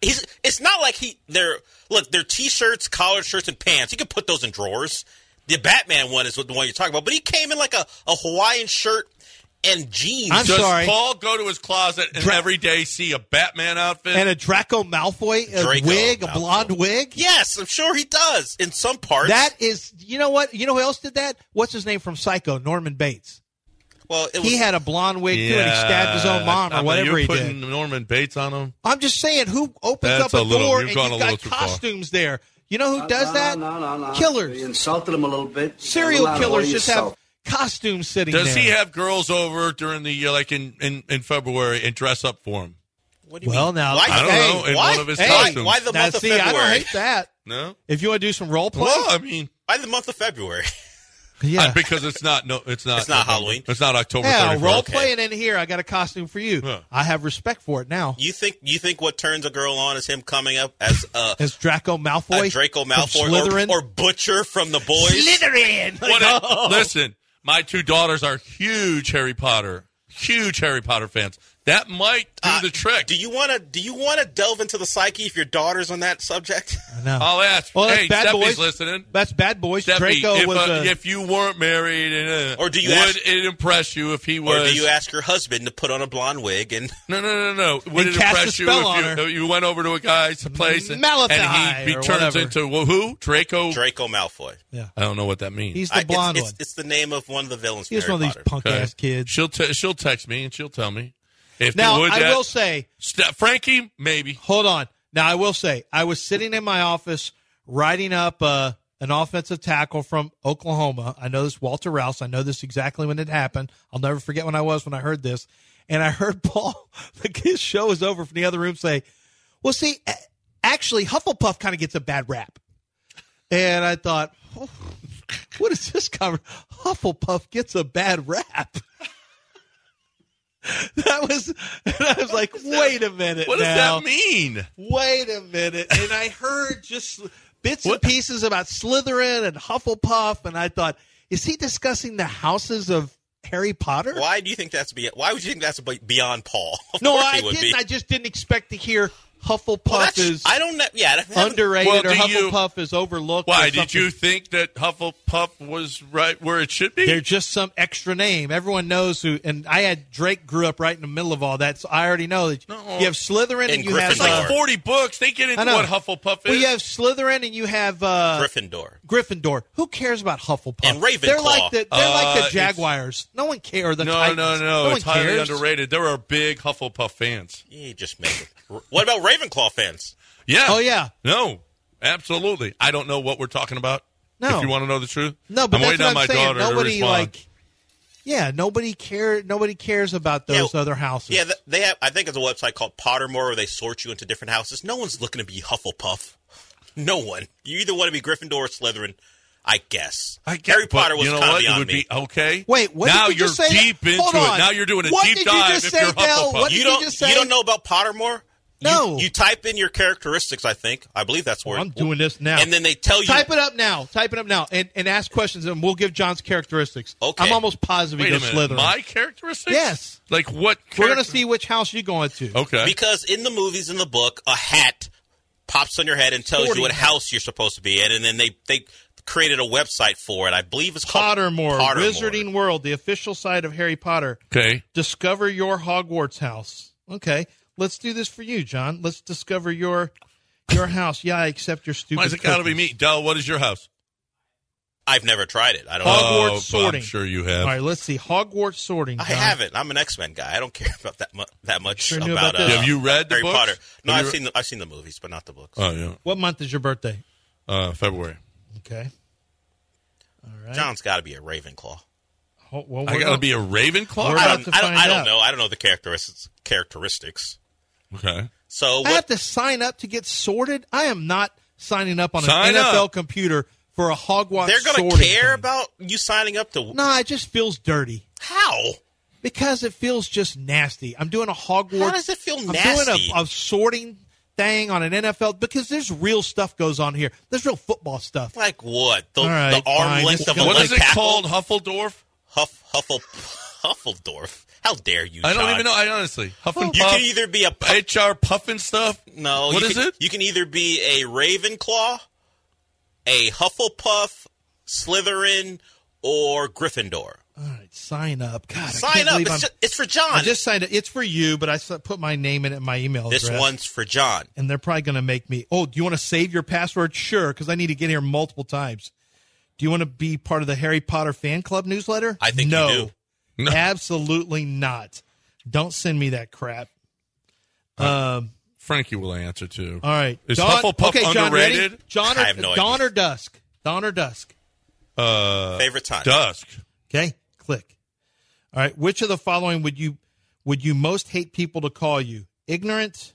[SPEAKER 10] He's. It's not like he. They're look. They're t-shirts, collared shirts, and pants. He can put those in drawers. The Batman one is what the one you're talking about. But he came in like a, a Hawaiian shirt and jeans.
[SPEAKER 1] I'm
[SPEAKER 2] Does
[SPEAKER 1] sorry.
[SPEAKER 2] Paul go to his closet and every day see a Batman outfit?
[SPEAKER 1] and a Draco Malfoy a
[SPEAKER 10] Draco
[SPEAKER 1] wig,
[SPEAKER 10] Malfoy.
[SPEAKER 1] a blonde wig.
[SPEAKER 10] Yes, I'm sure he does in some parts.
[SPEAKER 1] That is, you know what? You know who else did that? What's his name from Psycho? Norman Bates.
[SPEAKER 10] well, it was,
[SPEAKER 1] He had a blonde wig too, and he stabbed his own mom or
[SPEAKER 2] I mean,
[SPEAKER 1] whatever
[SPEAKER 2] you're
[SPEAKER 1] he
[SPEAKER 2] putting
[SPEAKER 1] did.
[SPEAKER 2] Norman Bates on him.
[SPEAKER 1] I'm just saying, who opens
[SPEAKER 2] That's
[SPEAKER 1] up a,
[SPEAKER 2] a little-
[SPEAKER 1] door
[SPEAKER 2] you've
[SPEAKER 1] and
[SPEAKER 2] gone a
[SPEAKER 1] you've
[SPEAKER 2] little
[SPEAKER 1] got
[SPEAKER 2] too far.
[SPEAKER 1] costumes there? You know who does
[SPEAKER 14] no,
[SPEAKER 1] that?
[SPEAKER 14] no, no, no.
[SPEAKER 1] Killers.
[SPEAKER 14] You insulted him a little bit.
[SPEAKER 1] Serial
[SPEAKER 14] Come on,
[SPEAKER 1] killers
[SPEAKER 14] boy,
[SPEAKER 1] just
[SPEAKER 14] yourself.
[SPEAKER 1] have costumes sitting
[SPEAKER 2] Does
[SPEAKER 1] there.
[SPEAKER 2] he have girls over during the uh, like in, in, in February and dress up for him?
[SPEAKER 10] What do you
[SPEAKER 1] well,
[SPEAKER 10] mean?
[SPEAKER 1] now-
[SPEAKER 10] why,
[SPEAKER 2] I don't
[SPEAKER 10] hey,
[SPEAKER 2] know. In
[SPEAKER 10] why,
[SPEAKER 2] one of his
[SPEAKER 1] Hey,
[SPEAKER 2] costumes.
[SPEAKER 10] why the
[SPEAKER 1] now,
[SPEAKER 10] month of
[SPEAKER 1] see, I
[SPEAKER 10] February?
[SPEAKER 1] don't hate that.
[SPEAKER 2] No.
[SPEAKER 1] If you want to do some role play,
[SPEAKER 2] Well, I mean,
[SPEAKER 10] Why the month of February?
[SPEAKER 1] yeah,
[SPEAKER 2] uh, because it's not no, it's not.
[SPEAKER 10] It's not
[SPEAKER 2] November.
[SPEAKER 10] Halloween.
[SPEAKER 2] It's not October.
[SPEAKER 1] yeah,
[SPEAKER 2] 31st.
[SPEAKER 1] role playing in here. I got a costume for you.
[SPEAKER 2] Yeah.
[SPEAKER 1] I have respect for it now.
[SPEAKER 10] You think you think what turns a girl on is him coming up as a,
[SPEAKER 1] As Draco Malfoy,
[SPEAKER 10] a Draco
[SPEAKER 1] from
[SPEAKER 10] Malfoy
[SPEAKER 1] Slytherin,
[SPEAKER 10] or, or Butcher from the Boys?
[SPEAKER 1] Slytherin.
[SPEAKER 2] What a- listen, my two daughters are huge Harry Potter, huge Harry Potter fans. That might do
[SPEAKER 10] Uh,
[SPEAKER 2] the trick.
[SPEAKER 10] Do you want to? Do you want to delve into the psyche if your daughter's on that subject?
[SPEAKER 1] No.
[SPEAKER 2] I'll ask.
[SPEAKER 1] Oh, Well, that's
[SPEAKER 2] hey,
[SPEAKER 1] bad
[SPEAKER 2] Steffi's
[SPEAKER 1] boys.
[SPEAKER 2] listening.
[SPEAKER 1] That's bad boys.
[SPEAKER 2] Steffi,
[SPEAKER 1] Draco
[SPEAKER 2] if,
[SPEAKER 1] was
[SPEAKER 2] uh,
[SPEAKER 1] a,
[SPEAKER 2] if you weren't married, and, uh,
[SPEAKER 10] Or do you
[SPEAKER 2] would
[SPEAKER 10] ask-
[SPEAKER 2] it impress you if he
[SPEAKER 10] Or
[SPEAKER 2] was?
[SPEAKER 10] do you ask your husband to put on a blonde wig and
[SPEAKER 2] no, no, no, no. Would
[SPEAKER 1] And
[SPEAKER 2] it
[SPEAKER 1] cast a
[SPEAKER 2] impress you
[SPEAKER 1] spell on
[SPEAKER 2] if you,
[SPEAKER 1] her.
[SPEAKER 2] if you went over to a guy's place and,
[SPEAKER 1] Malachi
[SPEAKER 2] and he,
[SPEAKER 1] or
[SPEAKER 2] turns
[SPEAKER 1] whatever.
[SPEAKER 2] into well, who? Draco.
[SPEAKER 10] Draco Malfoy?
[SPEAKER 1] yeah.
[SPEAKER 2] I don't know what that means.
[SPEAKER 1] He's
[SPEAKER 10] I-
[SPEAKER 1] the
[SPEAKER 10] it's-
[SPEAKER 1] blonde
[SPEAKER 10] it's,
[SPEAKER 1] one.
[SPEAKER 10] It's, the name of one of the villains.
[SPEAKER 1] He's
[SPEAKER 10] from
[SPEAKER 1] one of these
[SPEAKER 10] Harry Potter.
[SPEAKER 1] punk
[SPEAKER 2] Okay.
[SPEAKER 1] ass kids.
[SPEAKER 2] She'll te- she'll text me and she'll tell me if
[SPEAKER 1] Now
[SPEAKER 2] you would
[SPEAKER 1] I
[SPEAKER 2] that-
[SPEAKER 1] will say,
[SPEAKER 2] Ste- Frankie maybe.
[SPEAKER 1] hold on. Now I will say, I was sitting in my office writing up uh, an offensive tackle from Oklahoma. I know this Walter Rouse. I know this exactly when it happened. I'll never forget when I was when I heard this, and I heard Paul. Like his show is over from the other room. Say, well, see, a- actually, Hufflepuff kind of gets a bad rap, and I thought. "Oh, What is this cover? Hufflepuff gets a bad rap. that was, and I was like, wait a minute.
[SPEAKER 2] What
[SPEAKER 1] now
[SPEAKER 2] does that mean?
[SPEAKER 1] wait a minute. And I heard just bits and pieces about Slytherin and Hufflepuff, and I thought, is he discussing the houses of Harry Potter?
[SPEAKER 10] Why do you think that's be? Why would you think that's be- beyond Paul? Of
[SPEAKER 1] No,
[SPEAKER 10] course
[SPEAKER 1] I
[SPEAKER 10] he would
[SPEAKER 1] didn't.
[SPEAKER 10] Be.
[SPEAKER 1] I just didn't expect to hear Hufflepuff is
[SPEAKER 10] I don't know. Yeah, I haven't-
[SPEAKER 1] underrated
[SPEAKER 2] Well,
[SPEAKER 1] or
[SPEAKER 2] do you-
[SPEAKER 1] Hufflepuff is overlooked. or
[SPEAKER 2] Why did
[SPEAKER 1] something.
[SPEAKER 2] you think that Hufflepuff was right where it should be?
[SPEAKER 1] They're just some extra name. Everyone knows who. And I had Drake grew up right in the middle of all that, so I already know that you have Slytherin and, you have
[SPEAKER 2] It's like
[SPEAKER 1] uh,
[SPEAKER 2] forty books. They get
[SPEAKER 1] I
[SPEAKER 2] into
[SPEAKER 1] know.
[SPEAKER 2] what Hufflepuff is.
[SPEAKER 1] Well, you have Slytherin and you have uh,
[SPEAKER 10] Gryffindor.
[SPEAKER 1] Gryffindor. Who cares about Hufflepuff?
[SPEAKER 10] And Ravenclaw.
[SPEAKER 1] They're like the, they're like
[SPEAKER 2] Uh,
[SPEAKER 1] the
[SPEAKER 2] it's-
[SPEAKER 1] Jaguars. No one cares. The
[SPEAKER 2] no,
[SPEAKER 1] Titans.
[SPEAKER 2] no, no,
[SPEAKER 1] one
[SPEAKER 2] It's highly
[SPEAKER 1] cares.
[SPEAKER 2] underrated. There are big Hufflepuff fans.
[SPEAKER 10] You just made it. What about Ravenclaw fans?
[SPEAKER 2] Yeah.
[SPEAKER 1] Oh, yeah.
[SPEAKER 2] No, absolutely. I don't know what we're talking about.
[SPEAKER 1] No.
[SPEAKER 2] If you want to know the truth,
[SPEAKER 1] No, but
[SPEAKER 2] I'm
[SPEAKER 1] that's what
[SPEAKER 2] waiting on
[SPEAKER 1] I'm
[SPEAKER 2] my
[SPEAKER 1] saying.
[SPEAKER 2] daughter
[SPEAKER 1] Nobody
[SPEAKER 2] to respond.
[SPEAKER 1] like. Yeah, nobody care. Nobody cares about those other houses.
[SPEAKER 10] Yeah,
[SPEAKER 2] oh,
[SPEAKER 10] th- they have. I think it's a website called Pottermore where they sort you into different houses. No one's looking to be Hufflepuff. No one. You either want to be Gryffindor or Slytherin. I guess.
[SPEAKER 2] I guess,
[SPEAKER 10] Harry Potter
[SPEAKER 2] but
[SPEAKER 10] was
[SPEAKER 2] you know
[SPEAKER 10] kind of
[SPEAKER 2] what? It
[SPEAKER 10] beyond
[SPEAKER 2] would
[SPEAKER 10] me.
[SPEAKER 2] be okay.
[SPEAKER 10] Wait, what
[SPEAKER 2] now
[SPEAKER 10] did you
[SPEAKER 2] you're
[SPEAKER 10] just say?
[SPEAKER 2] deep into
[SPEAKER 10] Hold
[SPEAKER 2] it.
[SPEAKER 10] on.
[SPEAKER 2] Now you're doing a
[SPEAKER 10] What
[SPEAKER 2] deep
[SPEAKER 10] did you
[SPEAKER 2] dive.
[SPEAKER 10] just
[SPEAKER 2] if
[SPEAKER 10] say,
[SPEAKER 2] you're
[SPEAKER 10] Dell?
[SPEAKER 2] Hufflepuff,
[SPEAKER 10] What did you
[SPEAKER 2] don't.
[SPEAKER 10] just say? You don't know about Pottermore? No. You, you type in your characteristics. I think. I believe that's where
[SPEAKER 1] I'm doing this now.
[SPEAKER 10] And then they tell you.
[SPEAKER 1] Type it up now. Type it up now, and, and ask questions, and we'll give John's characteristics.
[SPEAKER 10] Okay.
[SPEAKER 1] I'm almost positive
[SPEAKER 2] Wait
[SPEAKER 1] he
[SPEAKER 2] a
[SPEAKER 1] goes
[SPEAKER 2] minute.
[SPEAKER 1] Slytherin.
[SPEAKER 2] My characteristics?
[SPEAKER 1] Yes.
[SPEAKER 2] Like what?
[SPEAKER 1] We're gonna see which house you going to.
[SPEAKER 2] Oh,
[SPEAKER 10] Because in the movies, in the book, a hat pops on your head and tells you
[SPEAKER 1] Sporting
[SPEAKER 10] what
[SPEAKER 1] hat.
[SPEAKER 10] house you're supposed to be in, and then they they created a website for it. I believe it's called
[SPEAKER 1] Pottermore,
[SPEAKER 10] Pottermore.
[SPEAKER 1] Wizarding World, the official site of Harry Potter.
[SPEAKER 2] Okay.
[SPEAKER 1] Discover your Hogwarts house. Okay, let's do this for you, John. Let's discover your your house. Yeah, I accept your stupid.
[SPEAKER 2] Why's it got to be
[SPEAKER 1] cookies.
[SPEAKER 2] me? Dell, what is your house?
[SPEAKER 10] I've never tried it. I
[SPEAKER 1] Oh,
[SPEAKER 10] don't
[SPEAKER 2] Hogwarts
[SPEAKER 10] know.
[SPEAKER 2] sorting. I'm sure you have.
[SPEAKER 1] All right, let's see. Hogwarts sorting.
[SPEAKER 10] I
[SPEAKER 1] John.
[SPEAKER 10] haven't. I'm an X Men guy. I don't care about that mu- that much
[SPEAKER 1] Sure knew
[SPEAKER 10] about.
[SPEAKER 1] about this.
[SPEAKER 10] uh,
[SPEAKER 1] Have you read the
[SPEAKER 10] Harry
[SPEAKER 1] books?
[SPEAKER 10] Potter? No,
[SPEAKER 1] Have you
[SPEAKER 10] I've
[SPEAKER 1] re-
[SPEAKER 10] seen the, I've seen the movies, but not the books.
[SPEAKER 2] Oh yeah.
[SPEAKER 1] What month is your birthday?
[SPEAKER 2] Uh, February.
[SPEAKER 1] Okay. All right.
[SPEAKER 10] John's got to be a Ravenclaw.
[SPEAKER 1] Ho- well,
[SPEAKER 2] I
[SPEAKER 1] we're
[SPEAKER 2] got to
[SPEAKER 1] not-
[SPEAKER 2] be a Ravenclaw.
[SPEAKER 1] We're
[SPEAKER 10] I
[SPEAKER 1] about
[SPEAKER 10] don't.
[SPEAKER 1] to
[SPEAKER 10] I don't,
[SPEAKER 1] find
[SPEAKER 10] I don't
[SPEAKER 1] out.
[SPEAKER 10] know. I don't know the characteristics. Characteristics.
[SPEAKER 2] Okay.
[SPEAKER 10] So
[SPEAKER 1] I
[SPEAKER 10] what?
[SPEAKER 1] have to sign up to get sorted. I am not signing up on
[SPEAKER 2] Sign
[SPEAKER 1] an
[SPEAKER 2] up.
[SPEAKER 1] NFL computer for a Hogwarts.
[SPEAKER 10] They're
[SPEAKER 1] going
[SPEAKER 10] to care about you signing up to
[SPEAKER 1] No, it just feels dirty
[SPEAKER 10] how?
[SPEAKER 1] because it feels just nasty. I'm doing a Hogwarts.
[SPEAKER 10] How does it feel
[SPEAKER 1] I'm doing
[SPEAKER 10] nasty?
[SPEAKER 1] a, a sorting thing on an NFL because there's real stuff goes on here. There's real football stuff.
[SPEAKER 10] Like what? The,
[SPEAKER 1] All right,
[SPEAKER 10] the arm
[SPEAKER 1] fine.
[SPEAKER 10] length
[SPEAKER 1] This is
[SPEAKER 10] of a
[SPEAKER 1] gonna-
[SPEAKER 2] What
[SPEAKER 10] left
[SPEAKER 2] is it
[SPEAKER 10] tackle?
[SPEAKER 2] called? Huffledorf?
[SPEAKER 10] Huff, Huffle, Huffledorf. How dare you?
[SPEAKER 2] I don't
[SPEAKER 10] John.
[SPEAKER 2] even know. I honestly, Huff and
[SPEAKER 10] You
[SPEAKER 2] Puff,
[SPEAKER 10] can either be a pu-
[SPEAKER 2] HR puffing stuff.
[SPEAKER 10] no.
[SPEAKER 2] What
[SPEAKER 10] you
[SPEAKER 2] is
[SPEAKER 10] can,
[SPEAKER 2] it?
[SPEAKER 10] You can either be a Ravenclaw, a Hufflepuff, Slytherin, or Gryffindor.
[SPEAKER 1] All right, sign up. God, I
[SPEAKER 10] Sign
[SPEAKER 1] can't
[SPEAKER 10] up.
[SPEAKER 1] believe
[SPEAKER 10] It's,
[SPEAKER 1] I'm-
[SPEAKER 10] ju- it's for
[SPEAKER 1] I
[SPEAKER 10] John.
[SPEAKER 1] just signed it. It's for you, but I s- put my name in it, and my email
[SPEAKER 10] this
[SPEAKER 1] address.
[SPEAKER 10] one's for John.
[SPEAKER 1] and they're probably going to make me. Oh, do you want to save your password? Sure, because I need to get here multiple times. Do you want to be part of the Harry Potter fan club newsletter?
[SPEAKER 10] I think you
[SPEAKER 1] no,
[SPEAKER 10] do.
[SPEAKER 2] No.
[SPEAKER 1] absolutely not. Don't send me that crap. Um.
[SPEAKER 2] Frankie will answer too.
[SPEAKER 1] All right.
[SPEAKER 2] Is
[SPEAKER 1] Dawn-
[SPEAKER 2] Hufflepuff
[SPEAKER 1] okay, John, ready?
[SPEAKER 2] underrated?
[SPEAKER 1] John or,
[SPEAKER 10] I have no idea.
[SPEAKER 1] Dawn or dusk? Dawn or dusk?
[SPEAKER 2] Uh,
[SPEAKER 10] Favorite time.
[SPEAKER 2] Dusk.
[SPEAKER 1] Okay. Click. All right. Which of the following would you would you most hate people to call you? Ignorant,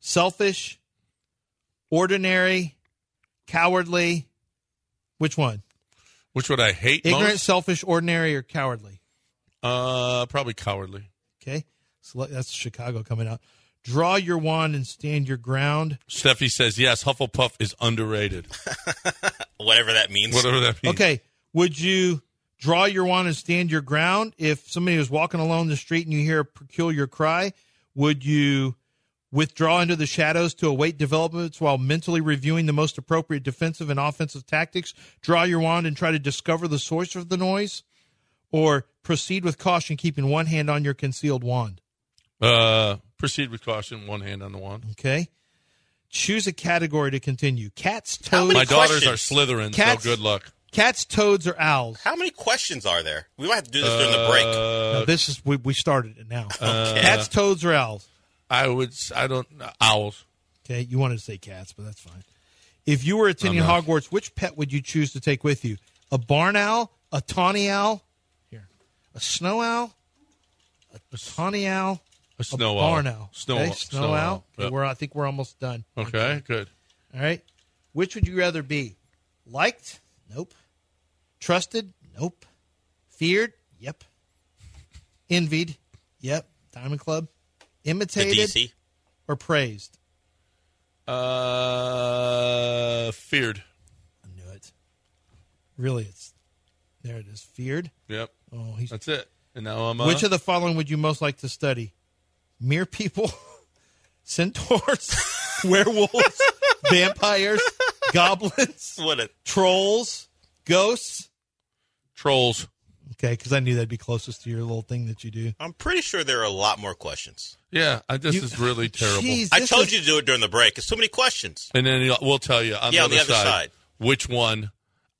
[SPEAKER 1] selfish, ordinary, cowardly. Which one?
[SPEAKER 2] Which would I hate
[SPEAKER 1] Ignorant,
[SPEAKER 2] most?
[SPEAKER 1] selfish, ordinary, or cowardly?
[SPEAKER 2] Uh, probably cowardly.
[SPEAKER 1] Okay. So let- that's Chicago coming out. Draw your wand and stand your ground.
[SPEAKER 2] Steffi says yes. Hufflepuff is underrated.
[SPEAKER 10] Whatever that means.
[SPEAKER 2] Whatever that means.
[SPEAKER 1] Okay. Would you draw your wand and stand your ground if somebody was walking along the street and you hear a peculiar cry? Would you withdraw into the shadows to await developments while mentally reviewing the most appropriate defensive and offensive tactics? Draw your wand and try to discover the source of the noise? Or proceed with caution, keeping one hand on your concealed wand?
[SPEAKER 2] Uh, proceed with caution. One hand on the wand.
[SPEAKER 1] Okay. Choose a category to continue. Cats,
[SPEAKER 10] How
[SPEAKER 1] toads,
[SPEAKER 10] many
[SPEAKER 2] My daughters
[SPEAKER 10] questions?
[SPEAKER 2] are Slytherin,
[SPEAKER 1] Cats-
[SPEAKER 2] so good luck.
[SPEAKER 1] cats, toads, or owls.
[SPEAKER 10] How many questions are there? We might have to do this during
[SPEAKER 2] Uh,
[SPEAKER 10] the break.
[SPEAKER 1] No, this is we, we started it now. Cats, toads, or owls.
[SPEAKER 2] I would. s- I don't. uh, Owls.
[SPEAKER 1] Okay, you wanted to say cats, but that's fine. If you were attending
[SPEAKER 2] I'm not.
[SPEAKER 1] Hogwarts, which pet would you choose to take with you? A barn owl, a tawny owl, here, a snow owl, a tawny owl,
[SPEAKER 2] A snow owl.
[SPEAKER 1] barn owl,
[SPEAKER 2] Snow
[SPEAKER 1] okay,
[SPEAKER 2] owl.
[SPEAKER 1] snow,
[SPEAKER 2] Snow
[SPEAKER 1] owl.
[SPEAKER 2] owl.
[SPEAKER 1] Okay,
[SPEAKER 2] Yep.
[SPEAKER 1] we're I think we're almost done.
[SPEAKER 2] Okay. Good.
[SPEAKER 1] All right, which would you rather be? Liked? Nope. Trusted? Nope. Feared? Yep. Envied? Yep. Diamond Club?
[SPEAKER 10] The
[SPEAKER 1] Imitated
[SPEAKER 10] DC.
[SPEAKER 1] or praised?
[SPEAKER 2] Uh, feared.
[SPEAKER 1] I knew it. Really, it's there. It is feared.
[SPEAKER 2] Yep.
[SPEAKER 1] Oh, he's.
[SPEAKER 2] That's it. And now I'm. Uh,
[SPEAKER 1] Which of the following would you most like to study? Mere people,
[SPEAKER 15] centaurs, werewolves, vampires, goblins, trolls, ghosts.
[SPEAKER 2] Trolls.
[SPEAKER 1] Okay, because I knew that'd be closest to your little thing that you do.
[SPEAKER 10] I'm pretty sure there are a lot more questions.
[SPEAKER 2] Yeah, I, this is really terrible.
[SPEAKER 10] I told you to do it during the break. It's too many questions.
[SPEAKER 2] And then you'll- we'll tell you on,
[SPEAKER 10] Yeah,
[SPEAKER 2] the,
[SPEAKER 10] on the
[SPEAKER 2] other
[SPEAKER 10] other
[SPEAKER 2] side,
[SPEAKER 10] side.
[SPEAKER 2] which one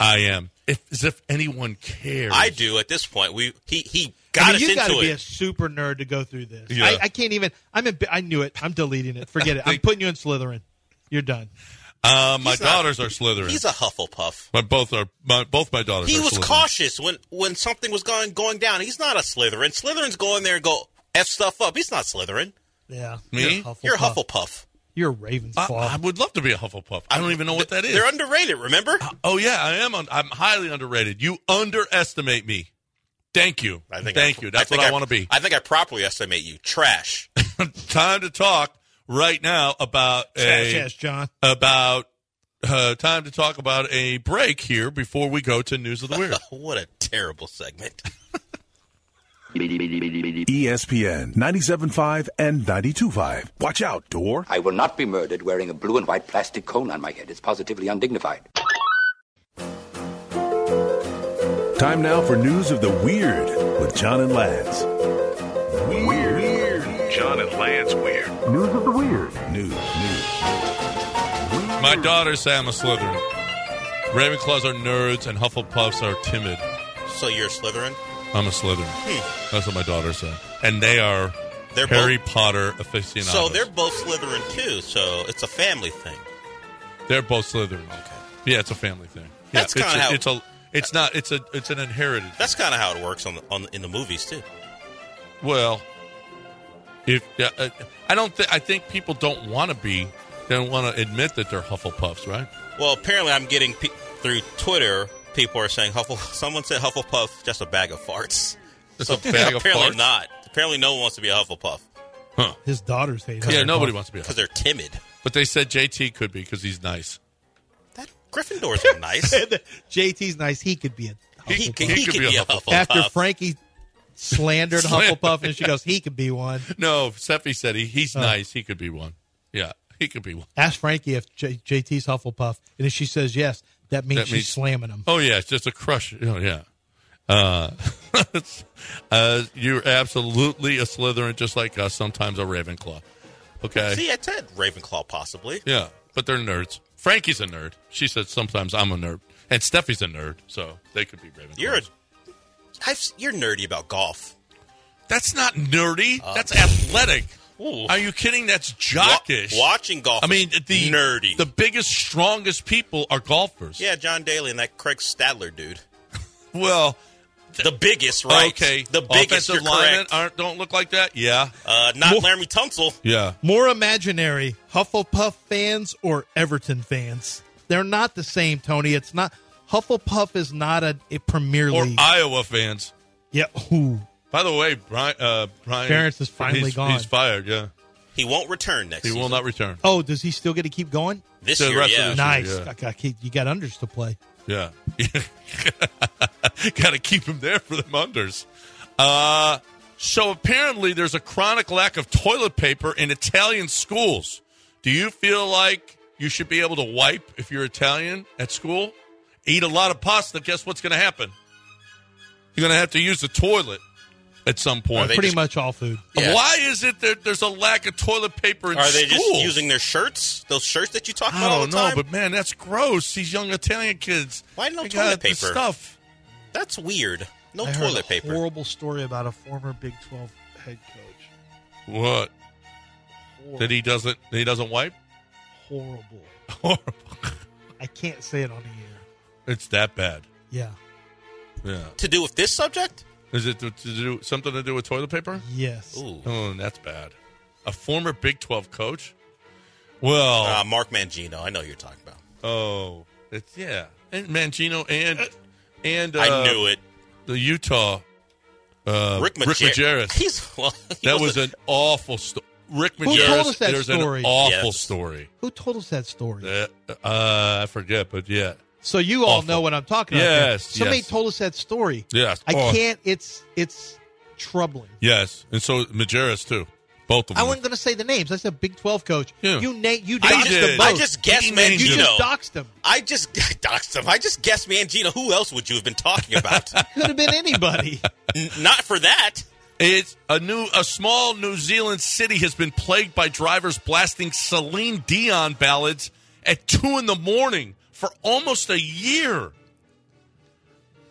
[SPEAKER 2] I am. If, as if anyone cares.
[SPEAKER 10] I do at this point. We he he
[SPEAKER 1] I
[SPEAKER 10] got
[SPEAKER 1] mean, you
[SPEAKER 10] us
[SPEAKER 1] gotta
[SPEAKER 10] into
[SPEAKER 1] be a
[SPEAKER 10] it.
[SPEAKER 1] super nerd to go through this.
[SPEAKER 2] Yeah.
[SPEAKER 1] I, I can't even. I'm. In, I knew it. I'm deleting it. Forget it. I'm putting you in Slytherin. You're done.
[SPEAKER 2] Uh, my
[SPEAKER 10] He's not-
[SPEAKER 2] daughters are Slytherin.
[SPEAKER 10] he's a Hufflepuff.
[SPEAKER 2] But both are my, both my daughters.
[SPEAKER 10] he
[SPEAKER 2] are
[SPEAKER 10] was
[SPEAKER 2] Slytherin.
[SPEAKER 10] cautious when when something was going going down. He's not a Slytherin. Slytherin's going there and go f stuff up. He's not Slytherin.
[SPEAKER 1] Yeah.
[SPEAKER 2] Me?
[SPEAKER 10] You're a Hufflepuff.
[SPEAKER 1] You're a Raven's
[SPEAKER 2] I, I would love to be a Hufflepuff. I don't even know what that is.
[SPEAKER 10] They're underrated. Remember?
[SPEAKER 2] oh yeah, I am. Un- I'm highly underrated. You underestimate me. Thank you. I think Thank you. That's
[SPEAKER 10] think
[SPEAKER 2] what I want to be.
[SPEAKER 10] I think I properly estimate you. Trash.
[SPEAKER 2] time to talk right now about
[SPEAKER 1] Trash
[SPEAKER 2] a
[SPEAKER 1] ass John.
[SPEAKER 2] about uh, time to talk about a break here before we go to news of the weird.
[SPEAKER 10] what a terrible segment.
[SPEAKER 4] E ESPN 97.5 and 92.5. Watch out, door.
[SPEAKER 16] I will not be murdered wearing a blue and white plastic cone on my head. It's positively undignified.
[SPEAKER 4] Time now for news of the weird with John and Lance. Weird. John and Lance Weird. News of the weird. News. News.
[SPEAKER 2] My daughters say I'm a Slytherin. Ravenclaws are nerds and Hufflepuffs are timid.
[SPEAKER 10] So you're a Slytherin?
[SPEAKER 2] I'm a Slytherin. That's what my daughters say, and they are
[SPEAKER 10] They're
[SPEAKER 2] Harry Potter aficionados.
[SPEAKER 10] So they're both Slytherin too. So it's a family thing.
[SPEAKER 2] They're both Slytherin. Okay. Yeah, it's a family thing. Yeah,
[SPEAKER 10] That's
[SPEAKER 2] it's
[SPEAKER 10] kinda
[SPEAKER 2] a-
[SPEAKER 10] how-
[SPEAKER 2] it's a. It's not. It's a. It's an inherited.
[SPEAKER 10] That's kind of how it works on the, on the, in the movies too.
[SPEAKER 2] Well, if yeah, uh, I don't. Th- I think people don't want to be. They don't want to admit that they're Hufflepuffs, right?
[SPEAKER 10] Well, apparently I'm getting pe- through Twitter. People are saying Hufflepuff. Someone said Hufflepuff just a bag of farts.
[SPEAKER 2] Just a bag of
[SPEAKER 10] apparently
[SPEAKER 2] farts?
[SPEAKER 10] not. Apparently no one wants to be a Hufflepuff
[SPEAKER 1] His daughters hate.
[SPEAKER 2] Yeah,
[SPEAKER 1] Hufflepuff.
[SPEAKER 2] nobody wants to be. a
[SPEAKER 10] because they're timid.
[SPEAKER 2] Hufflepuff. But they said JT could be because he's nice.
[SPEAKER 10] Gryffindors are nice.
[SPEAKER 1] JT's nice. He could be a.
[SPEAKER 10] He could,
[SPEAKER 1] Hufflepuff.
[SPEAKER 10] he could be, a Hufflepuff.
[SPEAKER 1] After Frankie slandered
[SPEAKER 2] Slandered.
[SPEAKER 1] Hufflepuff, and she goes, he could be one.
[SPEAKER 2] No, Seffy said he, he's
[SPEAKER 1] Oh.
[SPEAKER 2] nice. He could be one. Yeah, he could be one.
[SPEAKER 1] Ask Frankie if J- JT's Hufflepuff, and if she says yes, that means
[SPEAKER 2] That
[SPEAKER 1] she's
[SPEAKER 2] means-
[SPEAKER 1] slamming him.
[SPEAKER 2] Oh yeah, it's just a crush. Oh yeah. Uh, uh, you're absolutely a Slytherin, just like us. Sometimes a Ravenclaw. Okay.
[SPEAKER 10] See, I said Ravenclaw possibly.
[SPEAKER 2] Yeah, but they're nerds. Frankie's a nerd. She said sometimes I'm a nerd, and Steffi's a nerd, so they could be Ravenclaw.
[SPEAKER 10] You're a, I've, s- you're nerdy about golf.
[SPEAKER 2] That's not nerdy. That's athletic.
[SPEAKER 10] Ooh.
[SPEAKER 2] Are you kidding? That's jockish.
[SPEAKER 10] Uh, Wa- watching golf
[SPEAKER 2] I mean,
[SPEAKER 10] is
[SPEAKER 2] the
[SPEAKER 10] nerdy.
[SPEAKER 2] the biggest, strongest people are golfers.
[SPEAKER 10] Yeah, John Daly and that Craig Stadler dude.
[SPEAKER 2] Well,
[SPEAKER 10] The biggest, right?
[SPEAKER 2] okay.
[SPEAKER 10] The biggest. You're
[SPEAKER 2] offensive linemen
[SPEAKER 10] correct.
[SPEAKER 2] aren't don't look like that. Yeah,
[SPEAKER 10] Uh, not Laramie Tunsil.
[SPEAKER 2] yeah.
[SPEAKER 1] More imaginary Hufflepuff fans or Everton fans? They're not the same, Tony. It's not. Hufflepuff is not a, a Premier
[SPEAKER 2] Or
[SPEAKER 1] League.
[SPEAKER 2] Iowa fans.
[SPEAKER 1] yeah. Ooh.
[SPEAKER 2] By the way, Brian. Uh, Brian
[SPEAKER 1] Ferentz is finally
[SPEAKER 2] he's-
[SPEAKER 1] gone.
[SPEAKER 2] He's fired. Yeah,
[SPEAKER 10] He won't return next.
[SPEAKER 2] he will
[SPEAKER 10] season.
[SPEAKER 2] not return.
[SPEAKER 1] Oh, does he still get to keep going?
[SPEAKER 10] this
[SPEAKER 2] The
[SPEAKER 10] year.
[SPEAKER 2] rest of
[SPEAKER 10] Yeah,
[SPEAKER 2] the-
[SPEAKER 1] Nice.
[SPEAKER 2] yeah.
[SPEAKER 1] I got- you got unders to play.
[SPEAKER 2] Yeah. Got to keep him there for them unders. Uh, so apparently, there's a chronic lack of toilet paper in Italian schools. Do you feel like you should be able to wipe if you're Italian at school? Eat a lot of pasta. Guess what's going to happen? You're going to have to use the toilet at some point.
[SPEAKER 1] Pretty much all food.
[SPEAKER 10] yeah.
[SPEAKER 2] Why is it that there's a lack of toilet paper in
[SPEAKER 10] Are
[SPEAKER 2] schools?
[SPEAKER 10] they just using their shirts? Those shirts that you talk
[SPEAKER 2] I
[SPEAKER 10] about all
[SPEAKER 2] don't
[SPEAKER 10] the
[SPEAKER 2] know,
[SPEAKER 10] time.
[SPEAKER 2] but man, that's gross. These young Italian kids.
[SPEAKER 10] Why no
[SPEAKER 2] They
[SPEAKER 10] toilet
[SPEAKER 2] got the
[SPEAKER 10] paper?
[SPEAKER 2] Stuff.
[SPEAKER 10] That's weird. No
[SPEAKER 1] I heard
[SPEAKER 10] toilet
[SPEAKER 1] a
[SPEAKER 10] paper.
[SPEAKER 1] Horrible story about a former Big Twelve head coach.
[SPEAKER 2] What?
[SPEAKER 1] Horrible.
[SPEAKER 2] That he doesn't that he doesn't wipe?
[SPEAKER 1] Horrible.
[SPEAKER 2] Horrible.
[SPEAKER 1] I can't say it on the air.
[SPEAKER 2] It's that bad.
[SPEAKER 1] Yeah.
[SPEAKER 2] Yeah.
[SPEAKER 10] to do with this subject?
[SPEAKER 2] Is it to, to do something to do with toilet paper?
[SPEAKER 1] Yes.
[SPEAKER 10] Ooh.
[SPEAKER 2] Oh, that's bad. A former Big 12 coach? Well,
[SPEAKER 10] Uh, Mark Mangino. I know who you're talking about.
[SPEAKER 2] oh, it's yeah. And Mangino and and uh,
[SPEAKER 10] I knew it.
[SPEAKER 2] the Utah uh,
[SPEAKER 10] Rick Majer-
[SPEAKER 2] Majerus.
[SPEAKER 10] He's well, he
[SPEAKER 2] That
[SPEAKER 10] was,
[SPEAKER 2] was an awful story. Rick
[SPEAKER 1] Who told us
[SPEAKER 2] Majerus,
[SPEAKER 1] that
[SPEAKER 2] there's
[SPEAKER 1] story?
[SPEAKER 2] an awful
[SPEAKER 10] Yes.
[SPEAKER 2] story.
[SPEAKER 1] Who told us that story?
[SPEAKER 2] That, uh, I forget, but yeah.
[SPEAKER 1] So you all
[SPEAKER 2] Awful.
[SPEAKER 1] know what I'm talking about.
[SPEAKER 2] Yes,
[SPEAKER 1] there. Somebody
[SPEAKER 2] yes.
[SPEAKER 1] told us that story.
[SPEAKER 2] Yes.
[SPEAKER 1] I
[SPEAKER 2] Oh.
[SPEAKER 1] can't. It's it's troubling.
[SPEAKER 2] Yes. And so Majerus, too. Both of
[SPEAKER 1] I
[SPEAKER 2] them.
[SPEAKER 1] wasn't going to say the names. I said Big Twelve coach. You Nate, you
[SPEAKER 10] I
[SPEAKER 1] doxed
[SPEAKER 10] just,
[SPEAKER 1] them
[SPEAKER 10] I
[SPEAKER 1] both.
[SPEAKER 10] just guessed
[SPEAKER 1] You
[SPEAKER 10] Mangino.
[SPEAKER 1] just doxed them.
[SPEAKER 10] I just doxed them. I just guessed Mangino. Who else would you have been talking about?
[SPEAKER 1] Could have been anybody.
[SPEAKER 10] N- Not for that.
[SPEAKER 2] It's a new, a small New Zealand city has been plagued by drivers blasting Celine Dion ballads at two in the morning for almost a year.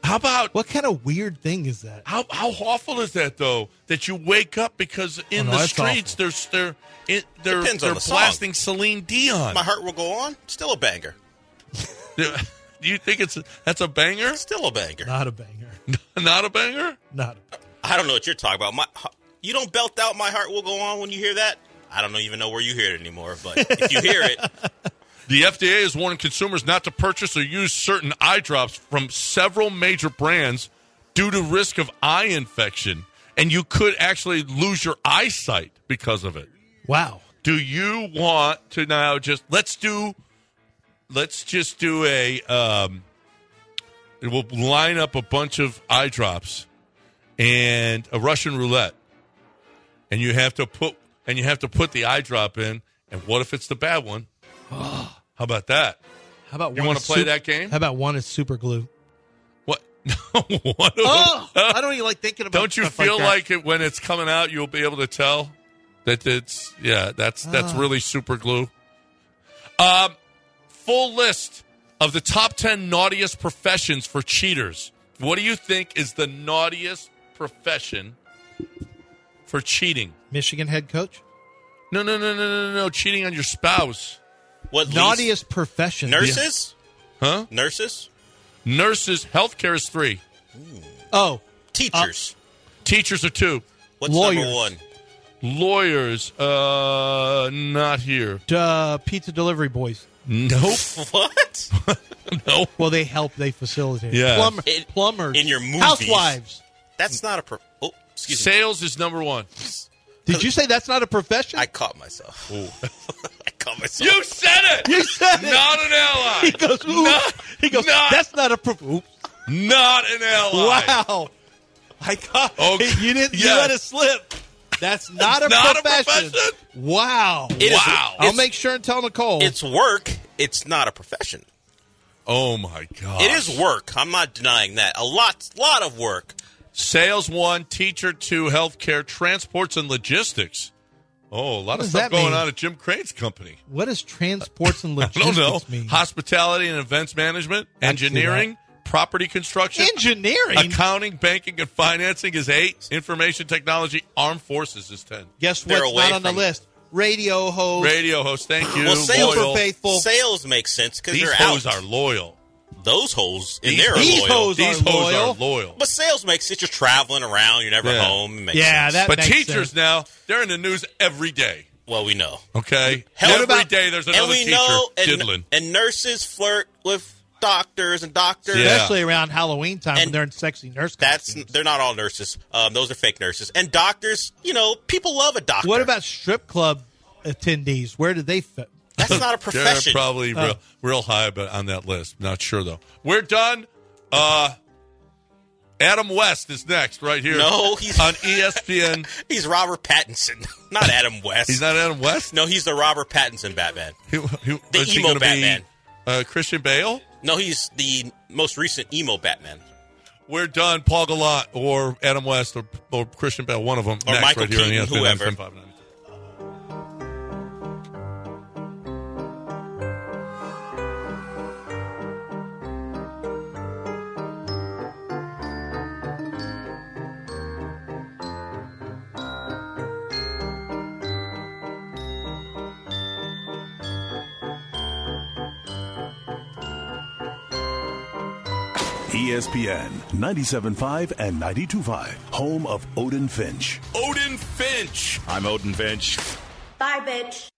[SPEAKER 2] How about
[SPEAKER 1] what kind of weird thing is that?
[SPEAKER 2] How how awful is that though? That you wake up because in
[SPEAKER 1] Oh, no,
[SPEAKER 2] the
[SPEAKER 1] that's
[SPEAKER 2] streets there's they're it, they're
[SPEAKER 10] Depends on
[SPEAKER 2] they're
[SPEAKER 10] the song.
[SPEAKER 2] blasting Celine Dion.
[SPEAKER 10] My heart will go on. Still a banger.
[SPEAKER 2] Do you think it's that's a banger?
[SPEAKER 10] Still a banger.
[SPEAKER 1] Not a banger.
[SPEAKER 2] Not a banger.
[SPEAKER 1] Not.
[SPEAKER 10] I don't know what you're talking about. My, you don't belt out "My Heart Will Go On" when you hear that. I don't even know where you hear it anymore. But if you hear it,
[SPEAKER 2] The FDA is warning consumers not to purchase or use certain eye drops from several major brands due to risk of eye infection, and you could actually lose your eyesight because of it.
[SPEAKER 1] Wow.
[SPEAKER 2] Do you want to now just let's do let's just do a um we'll line up a bunch of eye drops and a Russian roulette. And you have to put and you have to put the eye drop in and what if it's the bad one? How about that?
[SPEAKER 1] How about
[SPEAKER 2] You
[SPEAKER 1] one
[SPEAKER 2] wanna
[SPEAKER 1] is
[SPEAKER 2] play that game?
[SPEAKER 1] How about one is super glue?
[SPEAKER 2] What? what
[SPEAKER 1] Oh, I don't even like thinking about.
[SPEAKER 2] Don't you
[SPEAKER 1] stuff
[SPEAKER 2] feel
[SPEAKER 1] that.
[SPEAKER 2] like, it when it's coming out, you'll be able to tell that it's yeah, that's that's
[SPEAKER 1] Ah.
[SPEAKER 2] really super glue. Um, full list of the top ten naughtiest professions for cheaters. What do you think is the naughtiest profession for cheating?
[SPEAKER 1] Michigan head coach?
[SPEAKER 2] No, no, no, no, no, no, no. Cheating on your spouse.
[SPEAKER 10] What
[SPEAKER 1] Naughtiest profession.
[SPEAKER 10] nurses,
[SPEAKER 2] Huh?
[SPEAKER 10] nurses,
[SPEAKER 2] Nurses. Healthcare is three.
[SPEAKER 1] Oh,
[SPEAKER 10] teachers.
[SPEAKER 2] Teachers are two.
[SPEAKER 10] What's number one?
[SPEAKER 2] Lawyers. Uh, not here.
[SPEAKER 1] Uh, pizza delivery boys.
[SPEAKER 2] Nope.
[SPEAKER 10] what?
[SPEAKER 2] no.
[SPEAKER 1] Well, they help. They facilitate.
[SPEAKER 2] Yeah.
[SPEAKER 1] Plumber,
[SPEAKER 10] In-
[SPEAKER 1] plumbers
[SPEAKER 10] in your movies.
[SPEAKER 1] Housewives.
[SPEAKER 10] That's not a. Pro- oh, excuse me.
[SPEAKER 2] Sales is number one.
[SPEAKER 1] Did you say that's not a profession?
[SPEAKER 10] I caught myself. I caught myself.
[SPEAKER 2] You said it.
[SPEAKER 1] You said it.
[SPEAKER 2] Not an ally.
[SPEAKER 1] He goes. Oops.
[SPEAKER 2] Not,
[SPEAKER 1] he goes.
[SPEAKER 2] not-
[SPEAKER 1] that's not a prof. Oops.
[SPEAKER 2] not an ally.
[SPEAKER 1] Wow. I got.
[SPEAKER 10] Oh,
[SPEAKER 2] Okay.
[SPEAKER 1] You didn't. You
[SPEAKER 2] Yes.
[SPEAKER 1] let it slip. That's not, a,
[SPEAKER 2] Not a
[SPEAKER 1] profession.
[SPEAKER 2] profession?
[SPEAKER 1] Wow.
[SPEAKER 10] It is-
[SPEAKER 2] Wow.
[SPEAKER 1] I'll
[SPEAKER 10] it's-
[SPEAKER 1] make sure and tell Nicole.
[SPEAKER 10] It's work. It's not a profession.
[SPEAKER 2] Oh my god.
[SPEAKER 10] It is work. I'm not denying that. A lot, lot of work.
[SPEAKER 2] Sales one, teacher two, healthcare, transports and logistics. Oh, a lot of
[SPEAKER 1] does
[SPEAKER 2] stuff
[SPEAKER 1] that
[SPEAKER 2] going
[SPEAKER 1] mean?
[SPEAKER 2] on at Jim Crane's company.
[SPEAKER 1] what does transports and
[SPEAKER 2] I don't
[SPEAKER 1] logistics
[SPEAKER 2] know.
[SPEAKER 1] mean?
[SPEAKER 2] Hospitality and events management, engineering, property construction,
[SPEAKER 1] Engineering.
[SPEAKER 2] accounting, banking, and financing is eight. Information technology, armed forces is ten.
[SPEAKER 1] Guess
[SPEAKER 10] They're
[SPEAKER 1] what's
[SPEAKER 10] away
[SPEAKER 1] not on the
[SPEAKER 10] from-
[SPEAKER 1] list? Radio host.
[SPEAKER 2] Radio host, thank you.
[SPEAKER 10] Well, sales-
[SPEAKER 2] loyal.
[SPEAKER 1] faithful.
[SPEAKER 10] Sales makes sense because
[SPEAKER 2] These
[SPEAKER 10] they're
[SPEAKER 2] hoes
[SPEAKER 10] out.
[SPEAKER 2] are loyal.
[SPEAKER 10] Those holes in
[SPEAKER 2] These
[SPEAKER 10] there are
[SPEAKER 1] These
[SPEAKER 10] loyal.
[SPEAKER 1] hoes
[SPEAKER 2] These
[SPEAKER 1] are
[SPEAKER 2] hoes
[SPEAKER 1] loyal.
[SPEAKER 2] are loyal.
[SPEAKER 10] But sales makes sense. You're traveling around. You're never
[SPEAKER 2] Yeah.
[SPEAKER 10] home. It makes
[SPEAKER 1] Yeah,
[SPEAKER 10] sense.
[SPEAKER 1] that
[SPEAKER 2] But
[SPEAKER 1] makes
[SPEAKER 2] teachers
[SPEAKER 1] sense.
[SPEAKER 2] now, they're in the news every day.
[SPEAKER 10] Well, we know.
[SPEAKER 2] Okay,
[SPEAKER 10] Hell,
[SPEAKER 2] every day
[SPEAKER 10] about-
[SPEAKER 2] there's
[SPEAKER 10] And
[SPEAKER 2] another
[SPEAKER 10] we
[SPEAKER 2] teacher
[SPEAKER 10] know. And,
[SPEAKER 2] diddling.
[SPEAKER 10] and nurses flirt with doctors and doctors.
[SPEAKER 2] Yeah.
[SPEAKER 1] especially around Halloween time when
[SPEAKER 10] And
[SPEAKER 1] they're in sexy nurse
[SPEAKER 10] That's
[SPEAKER 1] costumes.
[SPEAKER 10] they're not all nurses. Um, those are fake nurses. And doctors, you know, people love a doctor.
[SPEAKER 1] What about strip club attendees? Where do they fit?
[SPEAKER 10] that's not a
[SPEAKER 2] They're
[SPEAKER 10] profession?
[SPEAKER 2] probably real, real high, but on that list, not sure though. We're done. Uh, Adam West is next, right here.
[SPEAKER 10] No, he's-
[SPEAKER 2] on E ESPN.
[SPEAKER 10] He's Robert Pattinson, not Adam West.
[SPEAKER 2] He's not Adam West.
[SPEAKER 10] No, he's the Robert Pattinson Batman.
[SPEAKER 2] Who- who-
[SPEAKER 10] The
[SPEAKER 2] is he
[SPEAKER 10] emo
[SPEAKER 2] gonna be,
[SPEAKER 10] Batman.
[SPEAKER 2] uh, Christian Bale.
[SPEAKER 10] No, he's the most recent emo Batman
[SPEAKER 2] We're done. Paul Gallant or Adam West or, or Christian Bale, one of them.
[SPEAKER 10] Or
[SPEAKER 2] next,
[SPEAKER 10] Michael
[SPEAKER 2] right here on E
[SPEAKER 10] Keaton,
[SPEAKER 2] ESPN
[SPEAKER 10] whoever.
[SPEAKER 2] 95.9.
[SPEAKER 4] E ESPN 97.5 and 92.5, home of Odin Finch.
[SPEAKER 2] Odin Finch.
[SPEAKER 11] I'm Odin Finch.
[SPEAKER 17] Bye, bitch.